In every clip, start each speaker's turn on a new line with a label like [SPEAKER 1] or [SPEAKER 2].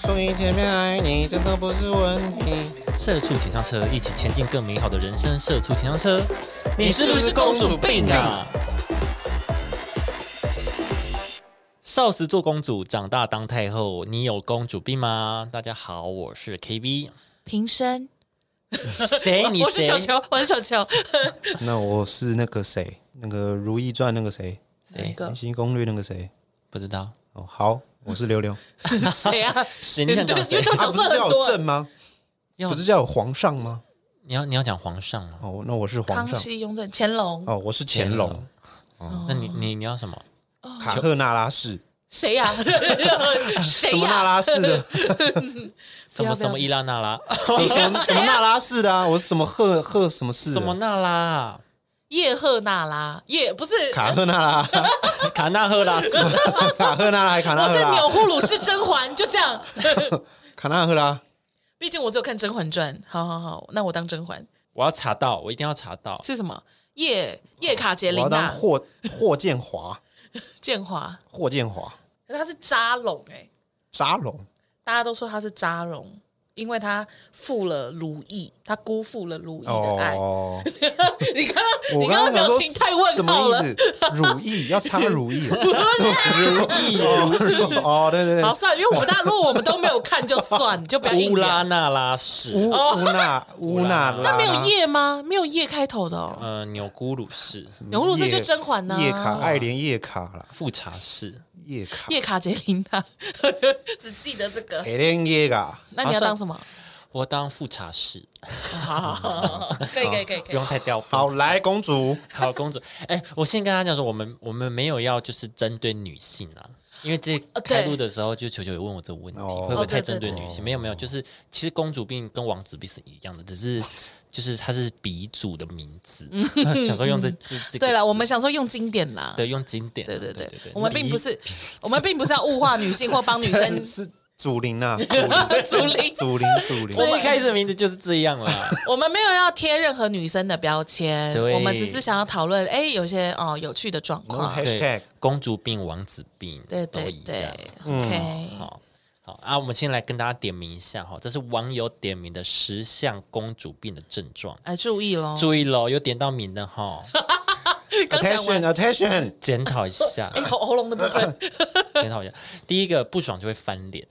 [SPEAKER 1] 所以前面爱你真的不是问题。
[SPEAKER 2] 社畜请上车，一起前进更美好的人生。社畜请上车，
[SPEAKER 1] 你是不是公主病啊？
[SPEAKER 2] 少时做公主，长大当太后，你有公主病吗？大家好，我是 KB。
[SPEAKER 3] 平生，
[SPEAKER 1] 哎
[SPEAKER 2] 谁？你
[SPEAKER 3] 我是
[SPEAKER 2] 谁？
[SPEAKER 3] 球球，我是球球，
[SPEAKER 1] 那我是那个谁，那个《如懿传》那个 谁，
[SPEAKER 3] 哪一个
[SPEAKER 1] 《新攻略》那个谁。
[SPEAKER 2] 不知道
[SPEAKER 1] 哦，好，我是刘刘。
[SPEAKER 3] 谁啊？
[SPEAKER 2] 谁？你想讲
[SPEAKER 3] 因
[SPEAKER 2] 谁？
[SPEAKER 3] 为他
[SPEAKER 1] 他
[SPEAKER 3] 角
[SPEAKER 1] 不
[SPEAKER 3] 色
[SPEAKER 1] 是
[SPEAKER 3] 很
[SPEAKER 1] 叫有
[SPEAKER 3] 多哦
[SPEAKER 1] 朕。吗？
[SPEAKER 2] 要
[SPEAKER 1] 不是叫有皇上吗？
[SPEAKER 2] 你要你要讲皇上吗？
[SPEAKER 1] 哦，那我是 皇
[SPEAKER 3] 康
[SPEAKER 1] 上。
[SPEAKER 3] 熙、雍正、乾隆，
[SPEAKER 1] 哦，我是乾隆，
[SPEAKER 2] 那你你你要什么？
[SPEAKER 3] 哦
[SPEAKER 1] 卡赫那拉氏，
[SPEAKER 3] 谁 呀？
[SPEAKER 1] 什
[SPEAKER 3] 谁
[SPEAKER 1] 么那
[SPEAKER 3] 呀？
[SPEAKER 1] 拉氏 的，
[SPEAKER 2] 什么
[SPEAKER 3] 不要
[SPEAKER 2] 什么伊拉那 拉？
[SPEAKER 1] 什么什么什么那拉氏的啊？我是什么赫赫什么氏的？
[SPEAKER 2] 什么那拉？
[SPEAKER 3] 叶赫那拉，叶不是，
[SPEAKER 1] 卡赫那拉？
[SPEAKER 2] 卡纳赫拉斯？
[SPEAKER 1] 卡赫那拉还卡
[SPEAKER 3] 我
[SPEAKER 1] 那赫
[SPEAKER 3] 是钮
[SPEAKER 1] 拉？
[SPEAKER 3] 祜禄氏甄嬛，就这样。
[SPEAKER 1] 卡那赫拉？
[SPEAKER 3] 毕竟我只有看《甄嬛传》，好好好，那我当甄嬛
[SPEAKER 2] 我要查到，我一定要查到。
[SPEAKER 3] 是什么？叶叶卡捷
[SPEAKER 1] 我
[SPEAKER 3] 琳
[SPEAKER 1] 要当
[SPEAKER 3] 娜、
[SPEAKER 1] 霍霍建华，
[SPEAKER 3] 建华，
[SPEAKER 1] 霍建华，
[SPEAKER 3] 可是她是扎拢哎、
[SPEAKER 1] 沙龙。
[SPEAKER 3] 大家都说她是扎拢，因为她负了如意，她辜负了如意的爱。
[SPEAKER 1] 哦，
[SPEAKER 3] 你刚刚
[SPEAKER 1] 我
[SPEAKER 3] 你
[SPEAKER 1] 刚
[SPEAKER 3] 刚
[SPEAKER 1] 想
[SPEAKER 3] 刚表
[SPEAKER 1] 说
[SPEAKER 3] 情太问号
[SPEAKER 1] 什么
[SPEAKER 3] 了
[SPEAKER 1] 意。
[SPEAKER 3] 啊
[SPEAKER 1] 思？如意要唱如意， 如意哦，对对
[SPEAKER 3] 好，
[SPEAKER 1] 对，
[SPEAKER 3] 算了，因为我们大家如果我们都没有看就算，你就不要硬
[SPEAKER 2] 乌拉
[SPEAKER 3] 聊。
[SPEAKER 2] 那拉氏，
[SPEAKER 1] 乌乌 娜乌娜拉，
[SPEAKER 3] 哦那没有叶吗？没有叶开头的哦。
[SPEAKER 2] 呃，钮钴鲁氏、
[SPEAKER 3] 牛露是就甄嬛啊呐、
[SPEAKER 1] 叶卡爱莲叶卡啦，
[SPEAKER 2] 富察氏。
[SPEAKER 1] 叶卡
[SPEAKER 3] 叶卡捷琳娜， 只记得这个。
[SPEAKER 1] 爱莲叶卡，
[SPEAKER 3] 那你要当什么？
[SPEAKER 2] 我当富察氏，
[SPEAKER 3] 好好好好，好 可以可以可以可
[SPEAKER 2] 不
[SPEAKER 3] 以
[SPEAKER 2] 用。太掉。
[SPEAKER 1] 好，来公主，
[SPEAKER 2] 好公主，哎，我先跟大家讲说，我们我们没有要就是针对女性啊，因为这
[SPEAKER 3] 呃对
[SPEAKER 2] 开录的时候就球球有问我这个问题，
[SPEAKER 1] 哦
[SPEAKER 2] 会不会
[SPEAKER 3] 哦
[SPEAKER 2] 太
[SPEAKER 3] 对
[SPEAKER 2] 针对
[SPEAKER 3] 对对
[SPEAKER 2] 女性？没有没有，就是其实公主病跟王子病是一样的，只是就是它是鼻祖的名字， 想说用这这这个。
[SPEAKER 3] 嗯 对了，我们想说用经典啦。
[SPEAKER 2] 对用经典啊，
[SPEAKER 3] 对对
[SPEAKER 2] 对
[SPEAKER 3] 对
[SPEAKER 2] 对，
[SPEAKER 3] 我们并不是我们并不是要物化女性或帮女
[SPEAKER 1] 真
[SPEAKER 3] 生
[SPEAKER 1] 是祖灵 呐，祖
[SPEAKER 3] 竹林
[SPEAKER 1] 灵，祖灵，祖
[SPEAKER 3] Oh
[SPEAKER 1] 灵，
[SPEAKER 2] 我一开始的名字就是这 样啦。
[SPEAKER 3] 我们没有要贴任何女生的标签，
[SPEAKER 2] 对
[SPEAKER 3] 我们只是想要讨论，哎，有些哦有趣的状
[SPEAKER 1] 我
[SPEAKER 3] 况
[SPEAKER 1] 们。hashtag
[SPEAKER 2] 对，公主病、王子病，
[SPEAKER 3] 对
[SPEAKER 2] 都
[SPEAKER 3] 对
[SPEAKER 2] 一
[SPEAKER 3] 对
[SPEAKER 2] 样。嗯
[SPEAKER 3] ，OK，
[SPEAKER 2] 好好啊，我们先来跟大家点名一下哈，这是网友点名的十项公主病的症状。
[SPEAKER 3] 哎，注意喽，
[SPEAKER 2] 注意喽，有点到名的哈，
[SPEAKER 3] 刚讲完
[SPEAKER 1] attention attention，
[SPEAKER 2] 检讨一下，
[SPEAKER 3] 哎，喉喉咙的部 分
[SPEAKER 2] 检讨一下。第一个不爽就会翻脸，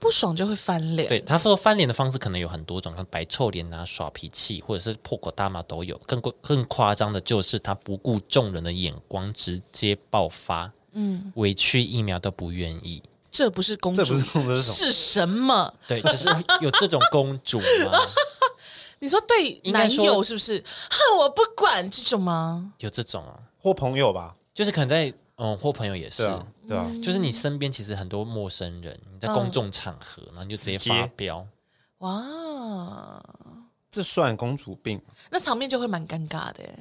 [SPEAKER 3] 不爽就会翻脸，
[SPEAKER 2] 对，他说翻脸的方式可能有很多种，像摆臭脸啊、耍脾气，或者是破口大骂都有。更过更夸张的就是他不顾众人的眼光，直接爆发，嗯，委屈一秒都不愿意。
[SPEAKER 3] 这不是公主，
[SPEAKER 1] 这不是公主是什么
[SPEAKER 3] 是什么？
[SPEAKER 2] 对，就是有这种公主吗？
[SPEAKER 3] 你说对
[SPEAKER 2] 应该
[SPEAKER 3] 男
[SPEAKER 2] 说
[SPEAKER 3] 友是不是？哼，我不管这种吗？
[SPEAKER 2] 有这种啊，
[SPEAKER 1] 或朋友吧，
[SPEAKER 2] 就是可能在嗯或朋友也是
[SPEAKER 1] 对，啊，对啊，
[SPEAKER 2] 就是你身边其实很多陌生人，你在
[SPEAKER 3] 嗯
[SPEAKER 2] 公众场合，然后你就直接
[SPEAKER 1] 直接
[SPEAKER 2] 发飙，
[SPEAKER 3] 哇，
[SPEAKER 1] 这算公主病吗？
[SPEAKER 3] 那场面就会蛮尴尬的耶。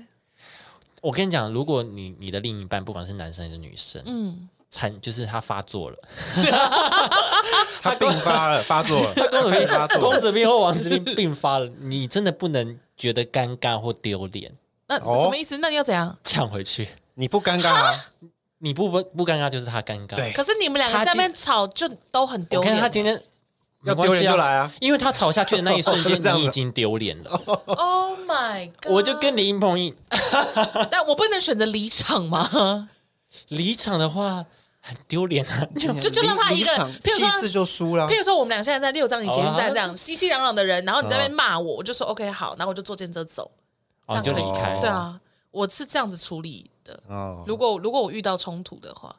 [SPEAKER 2] 我跟你讲，如果你你的另一半不管是男生还是女生，嗯，产就是他发作了，
[SPEAKER 1] 他病发了，发作 了， 公主病发作
[SPEAKER 2] 公
[SPEAKER 1] 了，
[SPEAKER 2] 子病或王子病并发了，你真的不能觉得尴尬或丢脸，
[SPEAKER 3] 那
[SPEAKER 1] 哦
[SPEAKER 3] 什么意思？那你要怎样？
[SPEAKER 2] 抢回去。
[SPEAKER 1] 你不尴尬啊？
[SPEAKER 2] 你不不不尴尬，就是他尴尬。
[SPEAKER 1] 对
[SPEAKER 3] 可是你们两
[SPEAKER 2] 他
[SPEAKER 3] 个在那
[SPEAKER 2] 今
[SPEAKER 3] 边吵，就都很丢
[SPEAKER 2] 我看
[SPEAKER 3] 脸。
[SPEAKER 2] 他今天
[SPEAKER 1] 要
[SPEAKER 2] 没关
[SPEAKER 1] 丢
[SPEAKER 2] 系
[SPEAKER 1] 脸就来啊
[SPEAKER 2] 因为他吵下去的那一瞬
[SPEAKER 1] 这样
[SPEAKER 2] 间，
[SPEAKER 1] 子
[SPEAKER 2] 你已经丢脸了。
[SPEAKER 3] Oh my god！
[SPEAKER 2] 我就跟你硬碰硬，
[SPEAKER 3] 但我不能选择离场吗？
[SPEAKER 2] 离场的话很丢脸啊， 就
[SPEAKER 3] 就就让他一个
[SPEAKER 1] 离场
[SPEAKER 3] 譬
[SPEAKER 1] 气
[SPEAKER 3] 如说
[SPEAKER 1] 势就输了
[SPEAKER 3] 譬。如说，我们俩现在在六张以前
[SPEAKER 2] 好啊
[SPEAKER 3] 在这
[SPEAKER 1] 哦
[SPEAKER 3] 样熙熙攘攘的人，然后你在那边骂我，我就说 OK 好，然后我就坐电车走，
[SPEAKER 2] 哦你就离开。
[SPEAKER 3] 对啊，我是这样子处理的。
[SPEAKER 1] 哦，
[SPEAKER 3] 如果如果我遇到冲突的 话，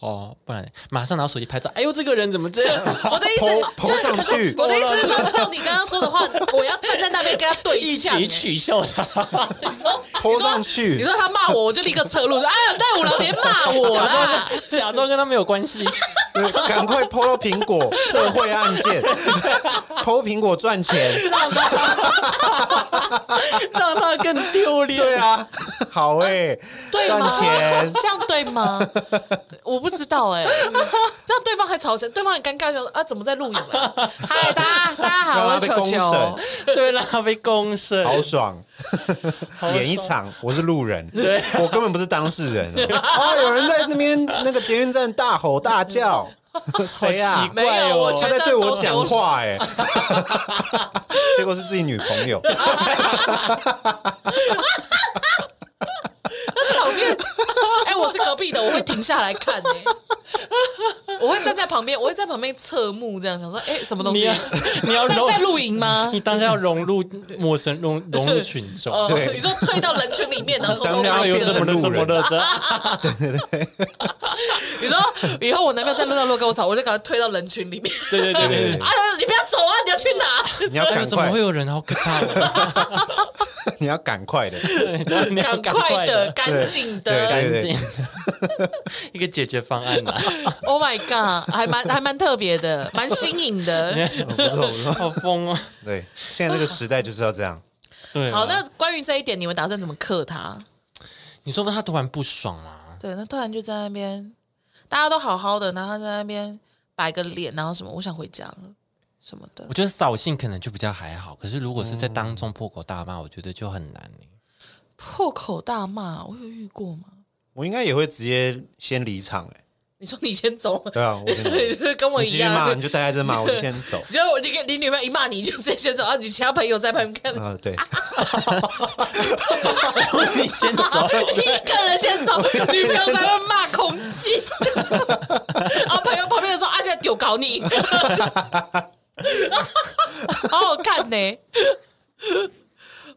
[SPEAKER 2] 哦，不然马上拿手机拍照。哎呦，这个人怎么这样？
[SPEAKER 3] 我的意思
[SPEAKER 1] 抛抛
[SPEAKER 3] 就是，
[SPEAKER 1] 上
[SPEAKER 3] 可是
[SPEAKER 1] 去
[SPEAKER 3] 我的意思是说，照你刚刚说的话， 我要站在那边跟他对
[SPEAKER 2] 一
[SPEAKER 3] 呛、
[SPEAKER 2] 起
[SPEAKER 3] 欸。
[SPEAKER 2] 取笑他，
[SPEAKER 3] 你说
[SPEAKER 1] 泼上去
[SPEAKER 3] 你说他骂我，我就立刻侧路，哎呀，戴五郎别骂我啊
[SPEAKER 2] 假
[SPEAKER 3] 啦！
[SPEAKER 2] 装假装跟他没有关系。
[SPEAKER 1] 对呃赶快抛到苹果，社会案件， 抛苹果赚钱。
[SPEAKER 2] 让他更丢脸。
[SPEAKER 1] 对啊，好哎，
[SPEAKER 3] 对
[SPEAKER 1] 赚
[SPEAKER 3] 吗
[SPEAKER 1] 钱。
[SPEAKER 3] 这样对吗？ 我不知道哎、这样对方还吵成，对方很尴尬，就说啊，怎么在录影啊？ 嗨，大家大家好，
[SPEAKER 1] 让他
[SPEAKER 3] 我是
[SPEAKER 1] 被
[SPEAKER 3] 球
[SPEAKER 1] 公
[SPEAKER 3] 球。
[SPEAKER 1] 审，
[SPEAKER 2] 对，让他被公审。
[SPEAKER 1] 好爽！
[SPEAKER 2] 好
[SPEAKER 1] 演一
[SPEAKER 2] 爽
[SPEAKER 1] 场，我是路人，啊 我根本不是当事人。哦，有人在那边那个捷运站大吼大叫，谁啊？
[SPEAKER 2] 奇
[SPEAKER 3] 没有，我觉
[SPEAKER 1] 他
[SPEAKER 3] 得
[SPEAKER 1] 在对我
[SPEAKER 3] 都
[SPEAKER 1] 讲话哎、结果是自己女朋友，
[SPEAKER 3] 丢脸，场面。 哎，我是隔壁的，我会停下来看哎， 我会站在旁边，我会在旁边侧目这样想说，哎，什么东
[SPEAKER 2] 你
[SPEAKER 3] 西
[SPEAKER 1] 啊
[SPEAKER 2] 要？ 你要
[SPEAKER 3] 在
[SPEAKER 2] 融
[SPEAKER 3] 在啊露营吗
[SPEAKER 2] 你？当下要融入陌生融融入群众，
[SPEAKER 3] 哦，
[SPEAKER 1] 对
[SPEAKER 3] 你说退到人群里面，然后偷
[SPEAKER 1] 当
[SPEAKER 3] 偷
[SPEAKER 1] 然
[SPEAKER 3] 拍
[SPEAKER 1] 要
[SPEAKER 2] 有
[SPEAKER 1] 有
[SPEAKER 3] 摄
[SPEAKER 1] 这
[SPEAKER 2] 怎
[SPEAKER 1] 么
[SPEAKER 2] 么能
[SPEAKER 1] 能这
[SPEAKER 2] 这么
[SPEAKER 1] 么
[SPEAKER 2] 认真？
[SPEAKER 3] 你说以后我男朋友在路上路跟我吵，我就赶快推到人群 里面。
[SPEAKER 2] 对
[SPEAKER 1] 对
[SPEAKER 2] 对对对
[SPEAKER 1] 对
[SPEAKER 2] 对
[SPEAKER 1] 对。
[SPEAKER 3] 啊，你不要走啊，你要去哪？
[SPEAKER 1] 你要
[SPEAKER 2] 哎呦，
[SPEAKER 1] 赶
[SPEAKER 2] 怎么
[SPEAKER 1] 快
[SPEAKER 2] 会，有人好可怕哦？
[SPEAKER 1] 你要赶快的，
[SPEAKER 2] 对你要
[SPEAKER 3] 赶
[SPEAKER 2] 赶
[SPEAKER 3] 快的，
[SPEAKER 2] 的，
[SPEAKER 3] 干净
[SPEAKER 1] 对对
[SPEAKER 3] 的。
[SPEAKER 2] 赶紧一个解决方案 啊！
[SPEAKER 3] Oh my god，还蛮还蛮特别的，蛮新颖 的。
[SPEAKER 1] 嗯不错不错。
[SPEAKER 2] 好疯哦！
[SPEAKER 1] 对，现在这个时代就是要这样。
[SPEAKER 2] 对啊，
[SPEAKER 3] 好，那关于这一点，你们打算怎么克他？
[SPEAKER 2] 你说他突然不爽啊？
[SPEAKER 3] 对，那突然就在那边，大家都好好的，然后在那边摆个脸，然后什么，我想回家了什么的
[SPEAKER 2] 我。觉得扫兴可能就比较还好，可是如果是在当众破口大骂，我觉得就很难欸
[SPEAKER 3] 破口大骂，我有遇过吗？
[SPEAKER 1] 我应该也会直接先离场 哎、
[SPEAKER 3] 你说你先走，
[SPEAKER 1] 对啊，我跟你
[SPEAKER 3] 你 就是跟我
[SPEAKER 1] 你
[SPEAKER 3] 一
[SPEAKER 1] 继续骂，
[SPEAKER 3] 样。
[SPEAKER 1] 你。就待在这骂，我就先走
[SPEAKER 3] 你觉得我就跟你女朋友一骂你，你就直接先走，啊然后你其他朋友在旁边看，
[SPEAKER 1] 啊、对，
[SPEAKER 2] 你先走，
[SPEAKER 3] 你一个人先走，女朋友在那边骂空气，然后朋友旁边就说：“啊，现在丢搞你。”好好看呢、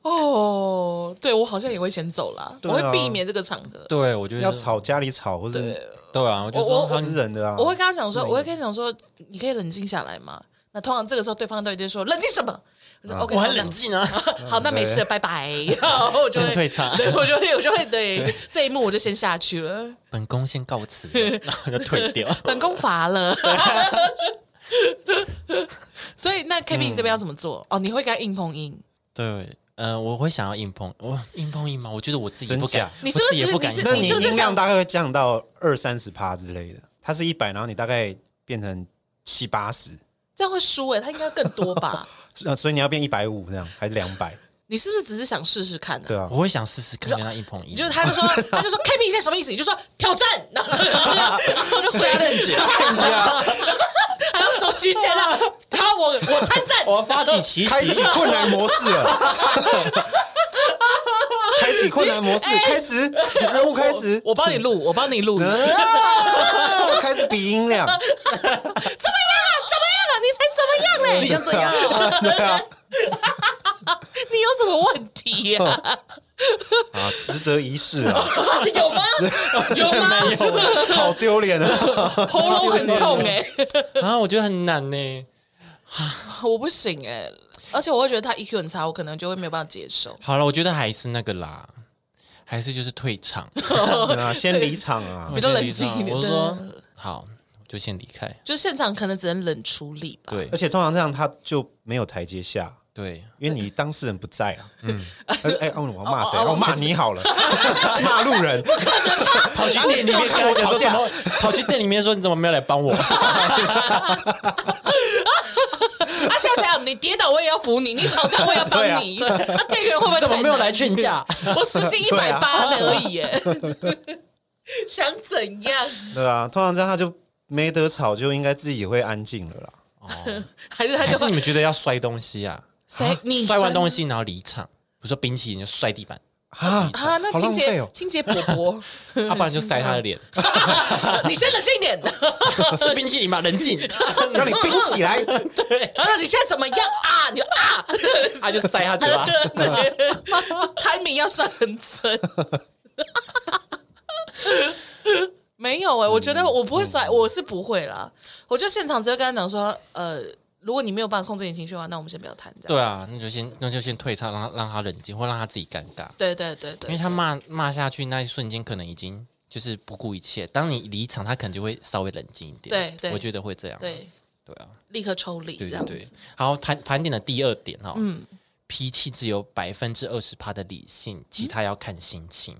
[SPEAKER 3] 哦，对我好像也会先走啦，
[SPEAKER 1] 对
[SPEAKER 3] 我
[SPEAKER 1] 啊
[SPEAKER 3] 会避免这个场合。
[SPEAKER 2] 对我觉得
[SPEAKER 1] 要，吵家里吵，或是
[SPEAKER 2] 对啊，我就
[SPEAKER 3] 我
[SPEAKER 2] 说
[SPEAKER 3] 我
[SPEAKER 2] 他
[SPEAKER 1] 私人的啊，
[SPEAKER 3] 我会跟他讲说，
[SPEAKER 1] 私人
[SPEAKER 3] 我会跟他讲说，你可以冷静下来嘛。那通常这个时候，对方都一定说冷静什么？我说 OK，
[SPEAKER 2] 我
[SPEAKER 3] 好
[SPEAKER 2] 很
[SPEAKER 3] 那
[SPEAKER 2] 冷静啊，
[SPEAKER 3] 好，那没事，
[SPEAKER 1] 对
[SPEAKER 3] 拜拜。 然后我就会
[SPEAKER 2] 先退场
[SPEAKER 3] 对我就会我就会对这一幕我就先下去了。
[SPEAKER 2] 本宫先告辞，然后就退掉。
[SPEAKER 3] 本宫乏了。所以那 K B 你这边要怎么做？哦，你会跟他硬碰硬？
[SPEAKER 2] 对，呃，我会想要硬碰，我硬碰硬吗？我觉得我自己
[SPEAKER 1] 真
[SPEAKER 2] 不
[SPEAKER 1] 假
[SPEAKER 2] 敢，
[SPEAKER 3] 你是
[SPEAKER 2] 我
[SPEAKER 3] 不
[SPEAKER 2] 自己也
[SPEAKER 3] 是
[SPEAKER 2] 不敢
[SPEAKER 3] 你是
[SPEAKER 2] 硬
[SPEAKER 1] 那
[SPEAKER 2] 碰
[SPEAKER 1] 你
[SPEAKER 3] 是不是
[SPEAKER 1] 音
[SPEAKER 3] 想
[SPEAKER 1] 量大概会降到二三十趴之类的，它是一百，然后你大概变成七八十，
[SPEAKER 3] 这样会输哎、他应该更多吧？
[SPEAKER 1] 呃所以你要变一百五这样，还是两百？
[SPEAKER 3] 你是不是只是想试试看呢、
[SPEAKER 1] 对啊
[SPEAKER 2] 我，会想试试看跟他硬碰硬，
[SPEAKER 3] 就是他就说，他就说 K B 现在什么意思？你就说挑战， 然后就然后就回来了，还要手举起来了，好，啊我我参战，
[SPEAKER 2] 我发起奇
[SPEAKER 1] 开启
[SPEAKER 2] 袭，
[SPEAKER 1] 困难模式了， 开启困难模式，开始任务开始，
[SPEAKER 3] 我帮你录，我帮你录， 怎么样啊？
[SPEAKER 1] 啊开始比音量，
[SPEAKER 3] 怎么样啊？你才怎么样嘞？
[SPEAKER 2] 想怎样？
[SPEAKER 1] 对啊，
[SPEAKER 3] 你有什么问题呀、
[SPEAKER 1] 啊，值得一试 啊，
[SPEAKER 3] 有吗？有吗？
[SPEAKER 1] 好丢脸 啊！
[SPEAKER 3] 喉咙很痛哎、
[SPEAKER 2] 啊，我觉得很难欸呢。
[SPEAKER 3] 我不行哎、而且我会觉得他 EQ 很差，我可能就会没有办法接受。
[SPEAKER 2] 好了，我觉得还是那个啦，还是就是退场，
[SPEAKER 1] 对啊，先离场啊
[SPEAKER 3] 比，较冷静一点
[SPEAKER 2] 我
[SPEAKER 3] 对
[SPEAKER 2] 说好，我就先离开。
[SPEAKER 3] 就现场可能只能冷处理吧。
[SPEAKER 2] 对
[SPEAKER 1] 而且通常这样他就没有台阶下。
[SPEAKER 2] 对，
[SPEAKER 1] 因为你当事人不在 啊，嗯，他就哎，哦我要骂谁？
[SPEAKER 3] 哦哦
[SPEAKER 1] 哦我骂你好了，骂路人，
[SPEAKER 2] 跑去店里面跟
[SPEAKER 1] 看
[SPEAKER 2] 我
[SPEAKER 1] 我吵
[SPEAKER 2] 讲说
[SPEAKER 1] 架
[SPEAKER 2] 怎么，跑去店里面说你怎么没有来帮 我？
[SPEAKER 3] 啊，现在怎样？你跌倒我也要扶你，你吵架我也要帮你。那、店员会不会
[SPEAKER 2] 啊怎么
[SPEAKER 3] 太
[SPEAKER 2] 没有
[SPEAKER 3] 难
[SPEAKER 2] 来劝架？
[SPEAKER 3] 我时薪一
[SPEAKER 1] 对
[SPEAKER 3] 百
[SPEAKER 1] 啊
[SPEAKER 3] 八的而已耶、 想怎样？
[SPEAKER 1] 对啊，通常这样他就没得吵，就应该自己也会安静了啦。
[SPEAKER 3] 还是 他
[SPEAKER 2] 还
[SPEAKER 3] 就是
[SPEAKER 2] 你
[SPEAKER 3] 会
[SPEAKER 2] 们觉得要摔东西啊？
[SPEAKER 3] 谁？你
[SPEAKER 2] 摔完
[SPEAKER 3] 西
[SPEAKER 2] 东西然后离场，比如说冰淇淋就摔 地板，
[SPEAKER 1] 啊
[SPEAKER 3] 啊？那
[SPEAKER 1] 好
[SPEAKER 3] 清
[SPEAKER 1] 浪费
[SPEAKER 3] 洁
[SPEAKER 1] 哦，
[SPEAKER 3] 清洁伯伯，
[SPEAKER 2] 要啊不然就塞他的脸。
[SPEAKER 3] 你先冷静点。 啊
[SPEAKER 2] 吃冰淇淋嘛，冷静，
[SPEAKER 1] 让你冰起来，
[SPEAKER 3] 然后你现在怎么样啊？你就啊，
[SPEAKER 2] 他就塞他
[SPEAKER 3] 他
[SPEAKER 2] 嘴巴
[SPEAKER 3] 就。对 timing 要算很准。没有哎、我觉得我不会甩，我是不会啦。我就现场直接跟他讲说，呃，如果你没有办法控制你情绪的话，那我们先不要谈这样。
[SPEAKER 2] 对啊，那就先那就先退场，让他让他冷静，或让他自己尴尬，
[SPEAKER 3] 对对对
[SPEAKER 2] 因为
[SPEAKER 3] 对，
[SPEAKER 2] 他骂骂下去那一瞬间，可能已经就是不顾一切。当你离场，他可能就会稍微冷静一点。
[SPEAKER 3] 对对
[SPEAKER 2] 我觉得会这样。
[SPEAKER 3] 对，
[SPEAKER 2] 对啊，
[SPEAKER 3] 立刻抽离这
[SPEAKER 2] 对
[SPEAKER 3] 样
[SPEAKER 2] 对
[SPEAKER 3] 子。嗯
[SPEAKER 2] 对。然后盘盘点的第二点哈，脾气只有百分之二十趴的理性，其他要看心情。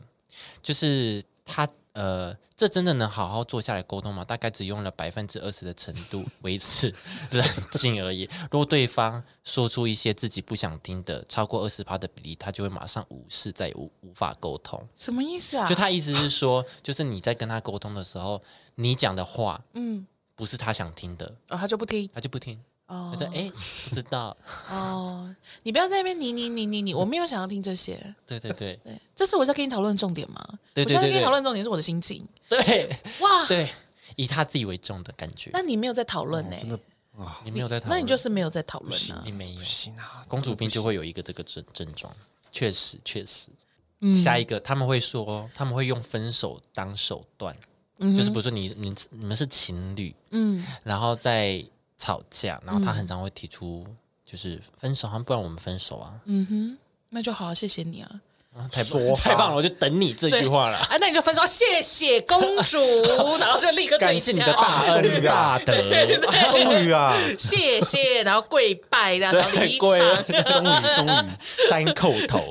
[SPEAKER 2] 就是他呃，这真的能好好坐下来沟通吗？大概只用了百分之二十的程 度维持冷静而已。如果对方说出一些自己不想听的，超过二十趴的比例，他就会马上无视，再也无无法沟通。
[SPEAKER 3] 什么意思啊
[SPEAKER 2] 就？他意思是说，就是你在跟他沟通的时候，你讲的话，嗯，不是他想听的，
[SPEAKER 3] 哦，他就不听
[SPEAKER 2] 他就不听。
[SPEAKER 3] 哦
[SPEAKER 2] 他说：“哎、不知道。
[SPEAKER 3] 哦，你不要在那边你你你你你，我没有想要听这些。”
[SPEAKER 2] 对对对
[SPEAKER 3] 对，这是我在跟你讨论重点吗？
[SPEAKER 2] 对对
[SPEAKER 3] 我现在
[SPEAKER 2] 对
[SPEAKER 3] 跟你
[SPEAKER 2] 对
[SPEAKER 3] 讨论重点是我的心情。
[SPEAKER 2] 对
[SPEAKER 3] 哇，
[SPEAKER 2] 对，以他自己为重的感觉。
[SPEAKER 3] 那你没有在讨论呢？
[SPEAKER 1] 真的
[SPEAKER 2] 你没有在讨
[SPEAKER 3] 那
[SPEAKER 2] 论，
[SPEAKER 3] 你就是没有在讨论啊
[SPEAKER 2] 你。没有
[SPEAKER 1] 不行啊，
[SPEAKER 2] 公主病就会有一个这个症症状，确实确实。
[SPEAKER 1] 嗯
[SPEAKER 2] 下一个他们会说，他们会用分手当手段，就是比如说你你你们是情侣，
[SPEAKER 3] 嗯，
[SPEAKER 2] 然后在吵架，然后他很常会提出就是分手，啊不然我们分手啊，
[SPEAKER 3] 嗯那就好，谢谢你啊。
[SPEAKER 2] 啊太棒
[SPEAKER 1] 说
[SPEAKER 2] 太棒
[SPEAKER 1] 吧
[SPEAKER 2] 了，我就等你这句话了。
[SPEAKER 3] 啊，那你就分手，谢谢公主，然后就立刻
[SPEAKER 2] 感
[SPEAKER 3] 跪
[SPEAKER 2] 谢
[SPEAKER 3] 下，哦
[SPEAKER 2] 你的大恩大德，
[SPEAKER 1] 啊终于 啊，
[SPEAKER 3] 谢谢，然后跪拜，然后
[SPEAKER 2] 对
[SPEAKER 3] 离
[SPEAKER 2] 跪
[SPEAKER 3] 场。
[SPEAKER 1] 终于终于，
[SPEAKER 2] 三叩头。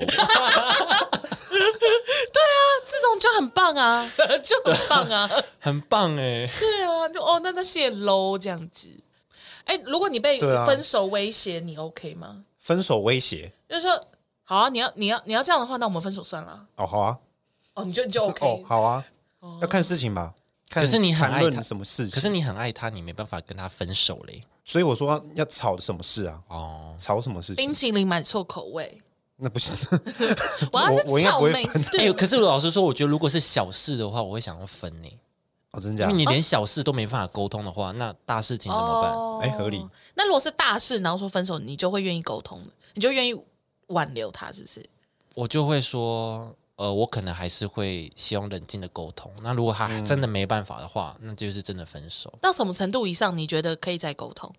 [SPEAKER 3] 这种就很棒啊，就很棒啊，
[SPEAKER 2] 很棒哎、
[SPEAKER 3] 对啊，就哦，那那谢 low 这样子。哎，如果你被
[SPEAKER 1] 对啊
[SPEAKER 3] 分手威胁，你 OK 吗？
[SPEAKER 1] 分手威胁
[SPEAKER 3] 就是说，好啊，你要你要你要这样的话，那我们分手算了。
[SPEAKER 1] 哦，好啊，
[SPEAKER 3] 哦，你就你就 OK，、
[SPEAKER 1] 哦好啊，要看事情吧。可
[SPEAKER 2] 可是你很
[SPEAKER 1] 谈
[SPEAKER 2] 爱他
[SPEAKER 1] 论什么事情？
[SPEAKER 2] 可是你很爱他，你没办法跟他分手嘞。
[SPEAKER 1] 所以我说要吵什么事啊？
[SPEAKER 2] 哦，
[SPEAKER 1] 吵什么事
[SPEAKER 3] 冰
[SPEAKER 1] 情？
[SPEAKER 3] 淇淋买错口味，
[SPEAKER 1] 那不行，
[SPEAKER 3] 我要
[SPEAKER 1] 我我
[SPEAKER 3] 是
[SPEAKER 1] 应该
[SPEAKER 3] 草
[SPEAKER 1] 不会
[SPEAKER 3] 莓，
[SPEAKER 2] 哎、
[SPEAKER 3] 对，
[SPEAKER 2] 可是老实说，我觉得如果是小事的话，我会想要分呢、
[SPEAKER 1] 哦，真
[SPEAKER 2] 因
[SPEAKER 1] 假
[SPEAKER 2] 为？你连小事都没办法沟通的话，那大事情怎么办？
[SPEAKER 1] 哎合理。
[SPEAKER 3] 哦那如果是大事，然后说分手，你就会愿意沟通，你就愿意挽留他，是不是？
[SPEAKER 2] 我就会说，呃，我可能还是会希望冷静的沟通。那如果他真的没办法的话，那就是真的分手，
[SPEAKER 3] 到什么程度以上，你觉得可以再沟通？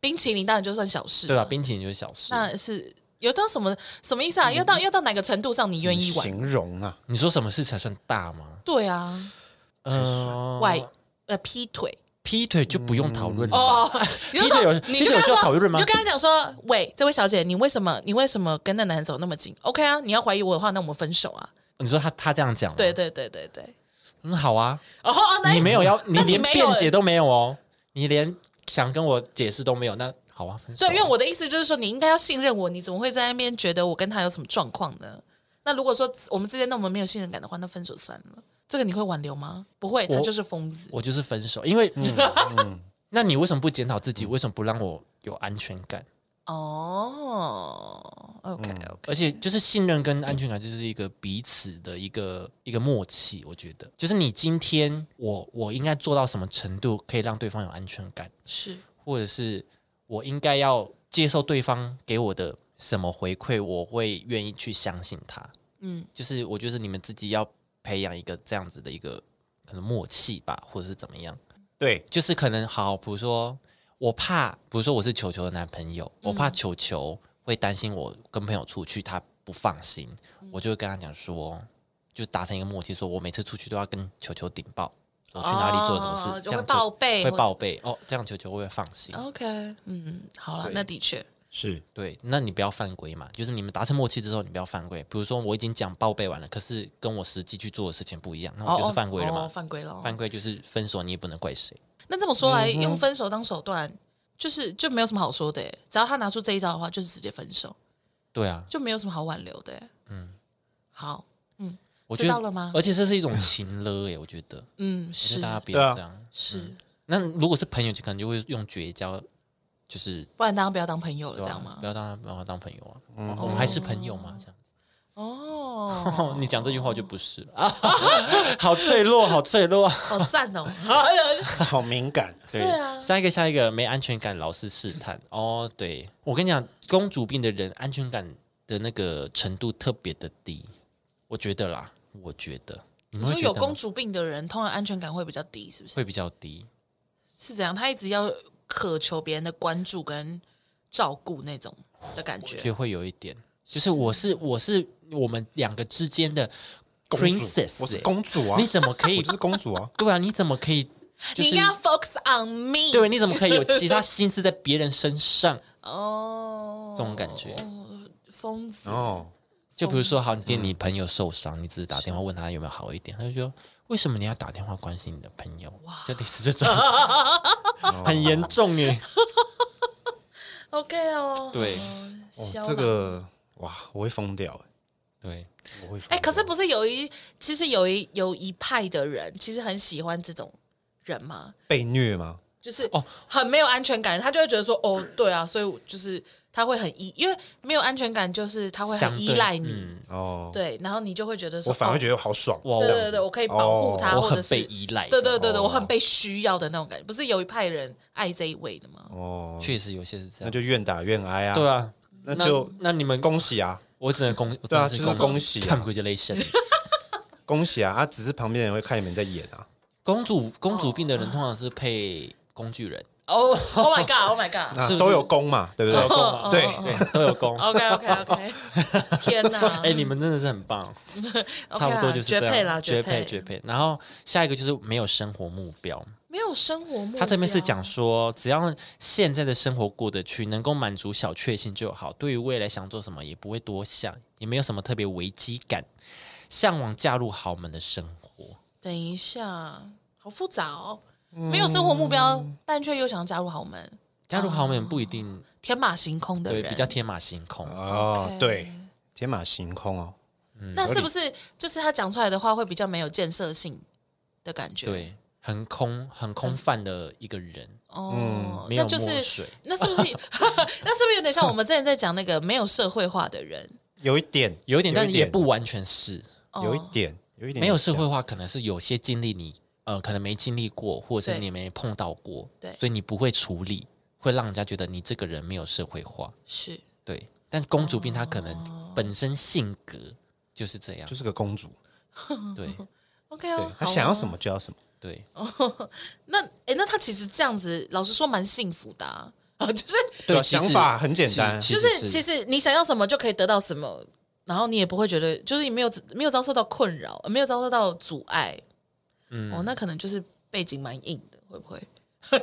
[SPEAKER 3] 冰淇淋当然就算小事，
[SPEAKER 2] 对啊吧？？冰淇淋就是小事。
[SPEAKER 3] 那是有到什么什么意思啊？要到要到哪个程度上你愿意挽？
[SPEAKER 1] 形容啊？
[SPEAKER 2] 你说什么事才算大吗？
[SPEAKER 3] 对啊，
[SPEAKER 2] 嗯、
[SPEAKER 3] 外呃劈腿
[SPEAKER 2] 劈腿就不用讨论了吧。
[SPEAKER 3] 哦，你就
[SPEAKER 2] 劈腿
[SPEAKER 3] 说
[SPEAKER 2] 有
[SPEAKER 3] 你
[SPEAKER 2] 劈腿
[SPEAKER 3] 就跟
[SPEAKER 2] 有
[SPEAKER 3] 他
[SPEAKER 2] 需要讨
[SPEAKER 3] 说，
[SPEAKER 2] 论吗
[SPEAKER 3] 你就跟他讲说，喂，这位小姐，你为什么你为什么跟那男人走那么近？OK 啊，你要怀疑我的话，那我们分手啊。
[SPEAKER 2] 你说他他这样讲吗，
[SPEAKER 3] 对对对对对。
[SPEAKER 2] 嗯，好啊。
[SPEAKER 3] 哦，哦那
[SPEAKER 2] 你没有 要，你
[SPEAKER 3] 那
[SPEAKER 2] 连
[SPEAKER 3] 没有
[SPEAKER 2] 辩解都没有哦，你连想跟我解释都没有，那好啊，分手啊。
[SPEAKER 3] 对，因为我的意思就是说，你应该要信任我，你怎么会在那边觉得我跟他有什么状况呢？那如果说我们之间那么没有信任感的话，那分手算了。这个你会挽留吗？不会，他
[SPEAKER 2] 我
[SPEAKER 3] 就是疯子。
[SPEAKER 2] 我就是分手，因为， 那你为什么不检讨自己？为什么不让我有安全感？
[SPEAKER 3] 哦，OK
[SPEAKER 2] 嗯
[SPEAKER 3] OK，
[SPEAKER 2] 而且就是信任跟安全感，就是一个彼此的一个一个默契。我觉得，就是你今天我我应该做到什么程度，可以让对方有安全感，
[SPEAKER 3] 是
[SPEAKER 2] 或者是我应该要接受对方给我的什么回馈，我会愿意去相信他。
[SPEAKER 3] 嗯
[SPEAKER 2] 就是我觉得你们自己要培养一个这样子的一个可能默契吧，或者是怎么样，
[SPEAKER 1] 对，
[SPEAKER 2] 就是可能好，比如说我怕，比如说我是球球的男朋友，
[SPEAKER 3] 嗯
[SPEAKER 2] 我怕球球会担心我跟朋友出去他不放心，我就会跟他讲说，就达成一个默契，说我每次出去都要跟球球顶报。我去哪里做什么事，
[SPEAKER 3] 哦
[SPEAKER 2] 这
[SPEAKER 3] 就
[SPEAKER 2] 样
[SPEAKER 3] 会
[SPEAKER 2] 球
[SPEAKER 3] 报备
[SPEAKER 2] 会
[SPEAKER 3] 或者
[SPEAKER 2] 报备哦，这样球球会放心。
[SPEAKER 3] ，OK，嗯，好了，
[SPEAKER 1] 对
[SPEAKER 3] 那的确，
[SPEAKER 1] 是
[SPEAKER 2] 对，那你不要犯规嘛，就是你们达成默契之后，你不要犯规。比如说我已经讲报备完了，可是跟我实际去做的事情不一样，那我就是犯规了
[SPEAKER 3] 哦哦
[SPEAKER 2] 嘛。
[SPEAKER 3] 犯规了。
[SPEAKER 2] 犯嗯规就是分手，你也不能怪谁。
[SPEAKER 3] 那这么说来，用分手当手段，就是就没有什么好说的耶。只要他拿出这一招的话，就是直接分手，
[SPEAKER 2] 对啊，
[SPEAKER 3] 就没有什么好挽留的耶。嗯，好，
[SPEAKER 2] 我
[SPEAKER 3] 知
[SPEAKER 2] 觉得
[SPEAKER 3] 道了吗
[SPEAKER 2] 而且这是一种情勒欸耶，我觉得，我
[SPEAKER 3] 嗯，
[SPEAKER 2] 觉
[SPEAKER 3] 是
[SPEAKER 2] 得大家嗯不
[SPEAKER 1] 对
[SPEAKER 2] 要
[SPEAKER 1] 啊
[SPEAKER 2] 这样。
[SPEAKER 3] 是，
[SPEAKER 2] 那如果是朋友，就可能就会用绝交，就是
[SPEAKER 3] 不然大家不要当朋友了，
[SPEAKER 2] 对
[SPEAKER 3] 这
[SPEAKER 2] 啊
[SPEAKER 3] 样吗
[SPEAKER 2] 不？要当不要当朋友啊，
[SPEAKER 1] 嗯
[SPEAKER 2] 我们还是朋友嘛，这样子。
[SPEAKER 3] 哦，
[SPEAKER 2] 啊 你讲这句话就不 是了啊，好脆弱，好脆弱。
[SPEAKER 3] 好赞哦！
[SPEAKER 1] 好敏感，
[SPEAKER 2] 对
[SPEAKER 3] 对啊
[SPEAKER 2] 下一个下一个没安全感，老是试探。哦，对我跟你讲，公主病的人安全感的那个程度特别的低，我觉得啦，我觉得你
[SPEAKER 3] 你
[SPEAKER 2] 们会
[SPEAKER 3] 说
[SPEAKER 2] 觉
[SPEAKER 3] 有
[SPEAKER 2] 得
[SPEAKER 3] 公
[SPEAKER 2] 吗
[SPEAKER 3] 主病的人，通常安全感会比较低，是不是？
[SPEAKER 2] 会比较低。
[SPEAKER 3] 是这样，他一直要渴求别人的关注跟照顾那种的感
[SPEAKER 2] 我
[SPEAKER 3] 觉。
[SPEAKER 2] 觉得会有一点，就是我是我是我们两个之间的
[SPEAKER 1] 公主
[SPEAKER 2] princess，，
[SPEAKER 1] 我是
[SPEAKER 2] 欸
[SPEAKER 1] 公主啊
[SPEAKER 2] 你，怎么可以
[SPEAKER 1] 我就？是公主 啊，
[SPEAKER 2] 对啊，你怎么可以？就
[SPEAKER 3] 你应
[SPEAKER 2] 是
[SPEAKER 3] 该要 focus on me。
[SPEAKER 2] 对，你怎么可以有其他心思在别人身上？
[SPEAKER 3] 哦，
[SPEAKER 2] 这种感觉
[SPEAKER 3] 哦疯子。
[SPEAKER 1] 哦，
[SPEAKER 2] 就比如说，好，你今天你
[SPEAKER 1] 嗯
[SPEAKER 2] 朋友受伤，你只是打电话问他有没有好一点，他就说为什么你要打电话关心你的朋友？就类似这种，
[SPEAKER 1] 哦
[SPEAKER 2] 很严 重耶。
[SPEAKER 3] OK 哦，
[SPEAKER 2] 对
[SPEAKER 3] 哦
[SPEAKER 1] 哦
[SPEAKER 3] 消
[SPEAKER 1] 这
[SPEAKER 3] 了
[SPEAKER 1] 个哇，我会疯掉，欸
[SPEAKER 2] 对，
[SPEAKER 1] 我会疯
[SPEAKER 3] 哎、
[SPEAKER 1] 掉
[SPEAKER 3] 可是不是有一，其实有一有一派的人，其实很喜欢这种人吗？
[SPEAKER 1] 被虐吗？
[SPEAKER 3] 就是哦，很没有安全感，他就会觉得说，哦，对啊，所以我就是他会很依，因为没有安全感，就是他会
[SPEAKER 2] 相
[SPEAKER 3] 很
[SPEAKER 2] 对
[SPEAKER 3] 依赖你，
[SPEAKER 2] 嗯
[SPEAKER 1] 哦，
[SPEAKER 3] 对，哦然后你就会觉得说，
[SPEAKER 1] 我反而
[SPEAKER 3] 得、
[SPEAKER 1] 觉得好爽。
[SPEAKER 2] 哇，
[SPEAKER 3] 对
[SPEAKER 2] 我
[SPEAKER 3] 对对对，我可以保护他，
[SPEAKER 2] 哦我
[SPEAKER 3] 或者
[SPEAKER 2] 很
[SPEAKER 3] 是
[SPEAKER 2] 被依赖，
[SPEAKER 3] 对对对对，
[SPEAKER 1] 哦
[SPEAKER 3] 我很被需要的那种感觉。不是有一派人爱这一位的吗？
[SPEAKER 1] 哦，
[SPEAKER 2] 确实有些是这
[SPEAKER 1] 那
[SPEAKER 2] 样，
[SPEAKER 1] 就愿打愿挨啊。
[SPEAKER 2] 对，啊，
[SPEAKER 1] 那就
[SPEAKER 2] 那你们
[SPEAKER 1] 恭喜啊，
[SPEAKER 2] 我只能恭，我
[SPEAKER 1] 对啊
[SPEAKER 2] 真的
[SPEAKER 1] 就是
[SPEAKER 2] 恭
[SPEAKER 1] 恭喜啊
[SPEAKER 2] congratulation。
[SPEAKER 1] 恭喜啊！啊，只是旁边的人会看你们在演啊。
[SPEAKER 2] 公主公
[SPEAKER 3] 哦
[SPEAKER 2] 主病的人通常是配工具人哦，
[SPEAKER 3] Oh my god! Oh my god!
[SPEAKER 1] 那
[SPEAKER 2] 是不是
[SPEAKER 1] 都有功嘛，对不对？
[SPEAKER 3] 哦
[SPEAKER 1] 对，
[SPEAKER 2] 都有 功。
[SPEAKER 3] OK OK OK，天 哪！
[SPEAKER 2] 哎，你们真的是很棒，
[SPEAKER 3] OK
[SPEAKER 2] 差不多
[SPEAKER 3] 啦
[SPEAKER 2] 就是
[SPEAKER 3] 绝
[SPEAKER 2] 这
[SPEAKER 3] 配啦，
[SPEAKER 2] 样，绝
[SPEAKER 3] 配
[SPEAKER 2] 绝配。然后下一个就是没有生活目标，
[SPEAKER 3] 没有生活目标。
[SPEAKER 2] 他这边是讲说，只要现在的生活过得去，能够满足小确幸就好。对于未来想做什么，也不会多想，也没有什么特别危机感，向往嫁入豪门的生活。
[SPEAKER 3] 等一下，好复杂哦。
[SPEAKER 2] 嗯
[SPEAKER 3] 没有生活目标，但却又想加入豪门，
[SPEAKER 2] 嫁入豪门不一定
[SPEAKER 3] 天马行空的
[SPEAKER 2] 对，
[SPEAKER 3] 人，
[SPEAKER 2] 比较天马行空。
[SPEAKER 1] 哦
[SPEAKER 3] OK，
[SPEAKER 1] 对，天马行空哦。
[SPEAKER 3] 那是不是就是他讲出来的话会比较没有建设性的感觉？，
[SPEAKER 2] 对，很空很空泛的一个人，
[SPEAKER 3] 哦，
[SPEAKER 2] 没有
[SPEAKER 3] 那就
[SPEAKER 2] 墨
[SPEAKER 3] 是
[SPEAKER 2] 水。
[SPEAKER 3] 那是不是那是不是有点像我们之前在讲那个没有社会化的人？
[SPEAKER 1] 有一点，
[SPEAKER 2] 有一点，但也不完全是，
[SPEAKER 3] 哦
[SPEAKER 1] 有一点，有一点
[SPEAKER 2] 没有社会化，可能是有些经历你呃可能没经历过，或者是
[SPEAKER 3] 对
[SPEAKER 2] 你没碰到过，
[SPEAKER 3] 对
[SPEAKER 2] 所以你不会处理，会让人家觉得你这个人没有社会化，
[SPEAKER 3] 是
[SPEAKER 2] 对。但公主病她可
[SPEAKER 3] 哦
[SPEAKER 2] 能本身性格就是这样
[SPEAKER 1] 就，是个公主，
[SPEAKER 2] 对
[SPEAKER 3] OK 哦
[SPEAKER 1] 对，她
[SPEAKER 3] 好
[SPEAKER 1] 想要
[SPEAKER 3] 啊
[SPEAKER 1] 什么就要什么。
[SPEAKER 2] 对
[SPEAKER 3] 那哎、诶那他其实这样子，老实说蛮幸福的啊，啊就是
[SPEAKER 1] 对啊，
[SPEAKER 2] 其实
[SPEAKER 1] 想法很简单，
[SPEAKER 2] 其
[SPEAKER 3] 就
[SPEAKER 2] 实
[SPEAKER 3] 是
[SPEAKER 2] 是
[SPEAKER 3] 其实你想要什么就可以得到什么，然后你也不会觉得就是你没有没有遭受到困扰，呃没有遭受到阻碍，嗯，哦，那可能就是背景蛮硬的，会不会？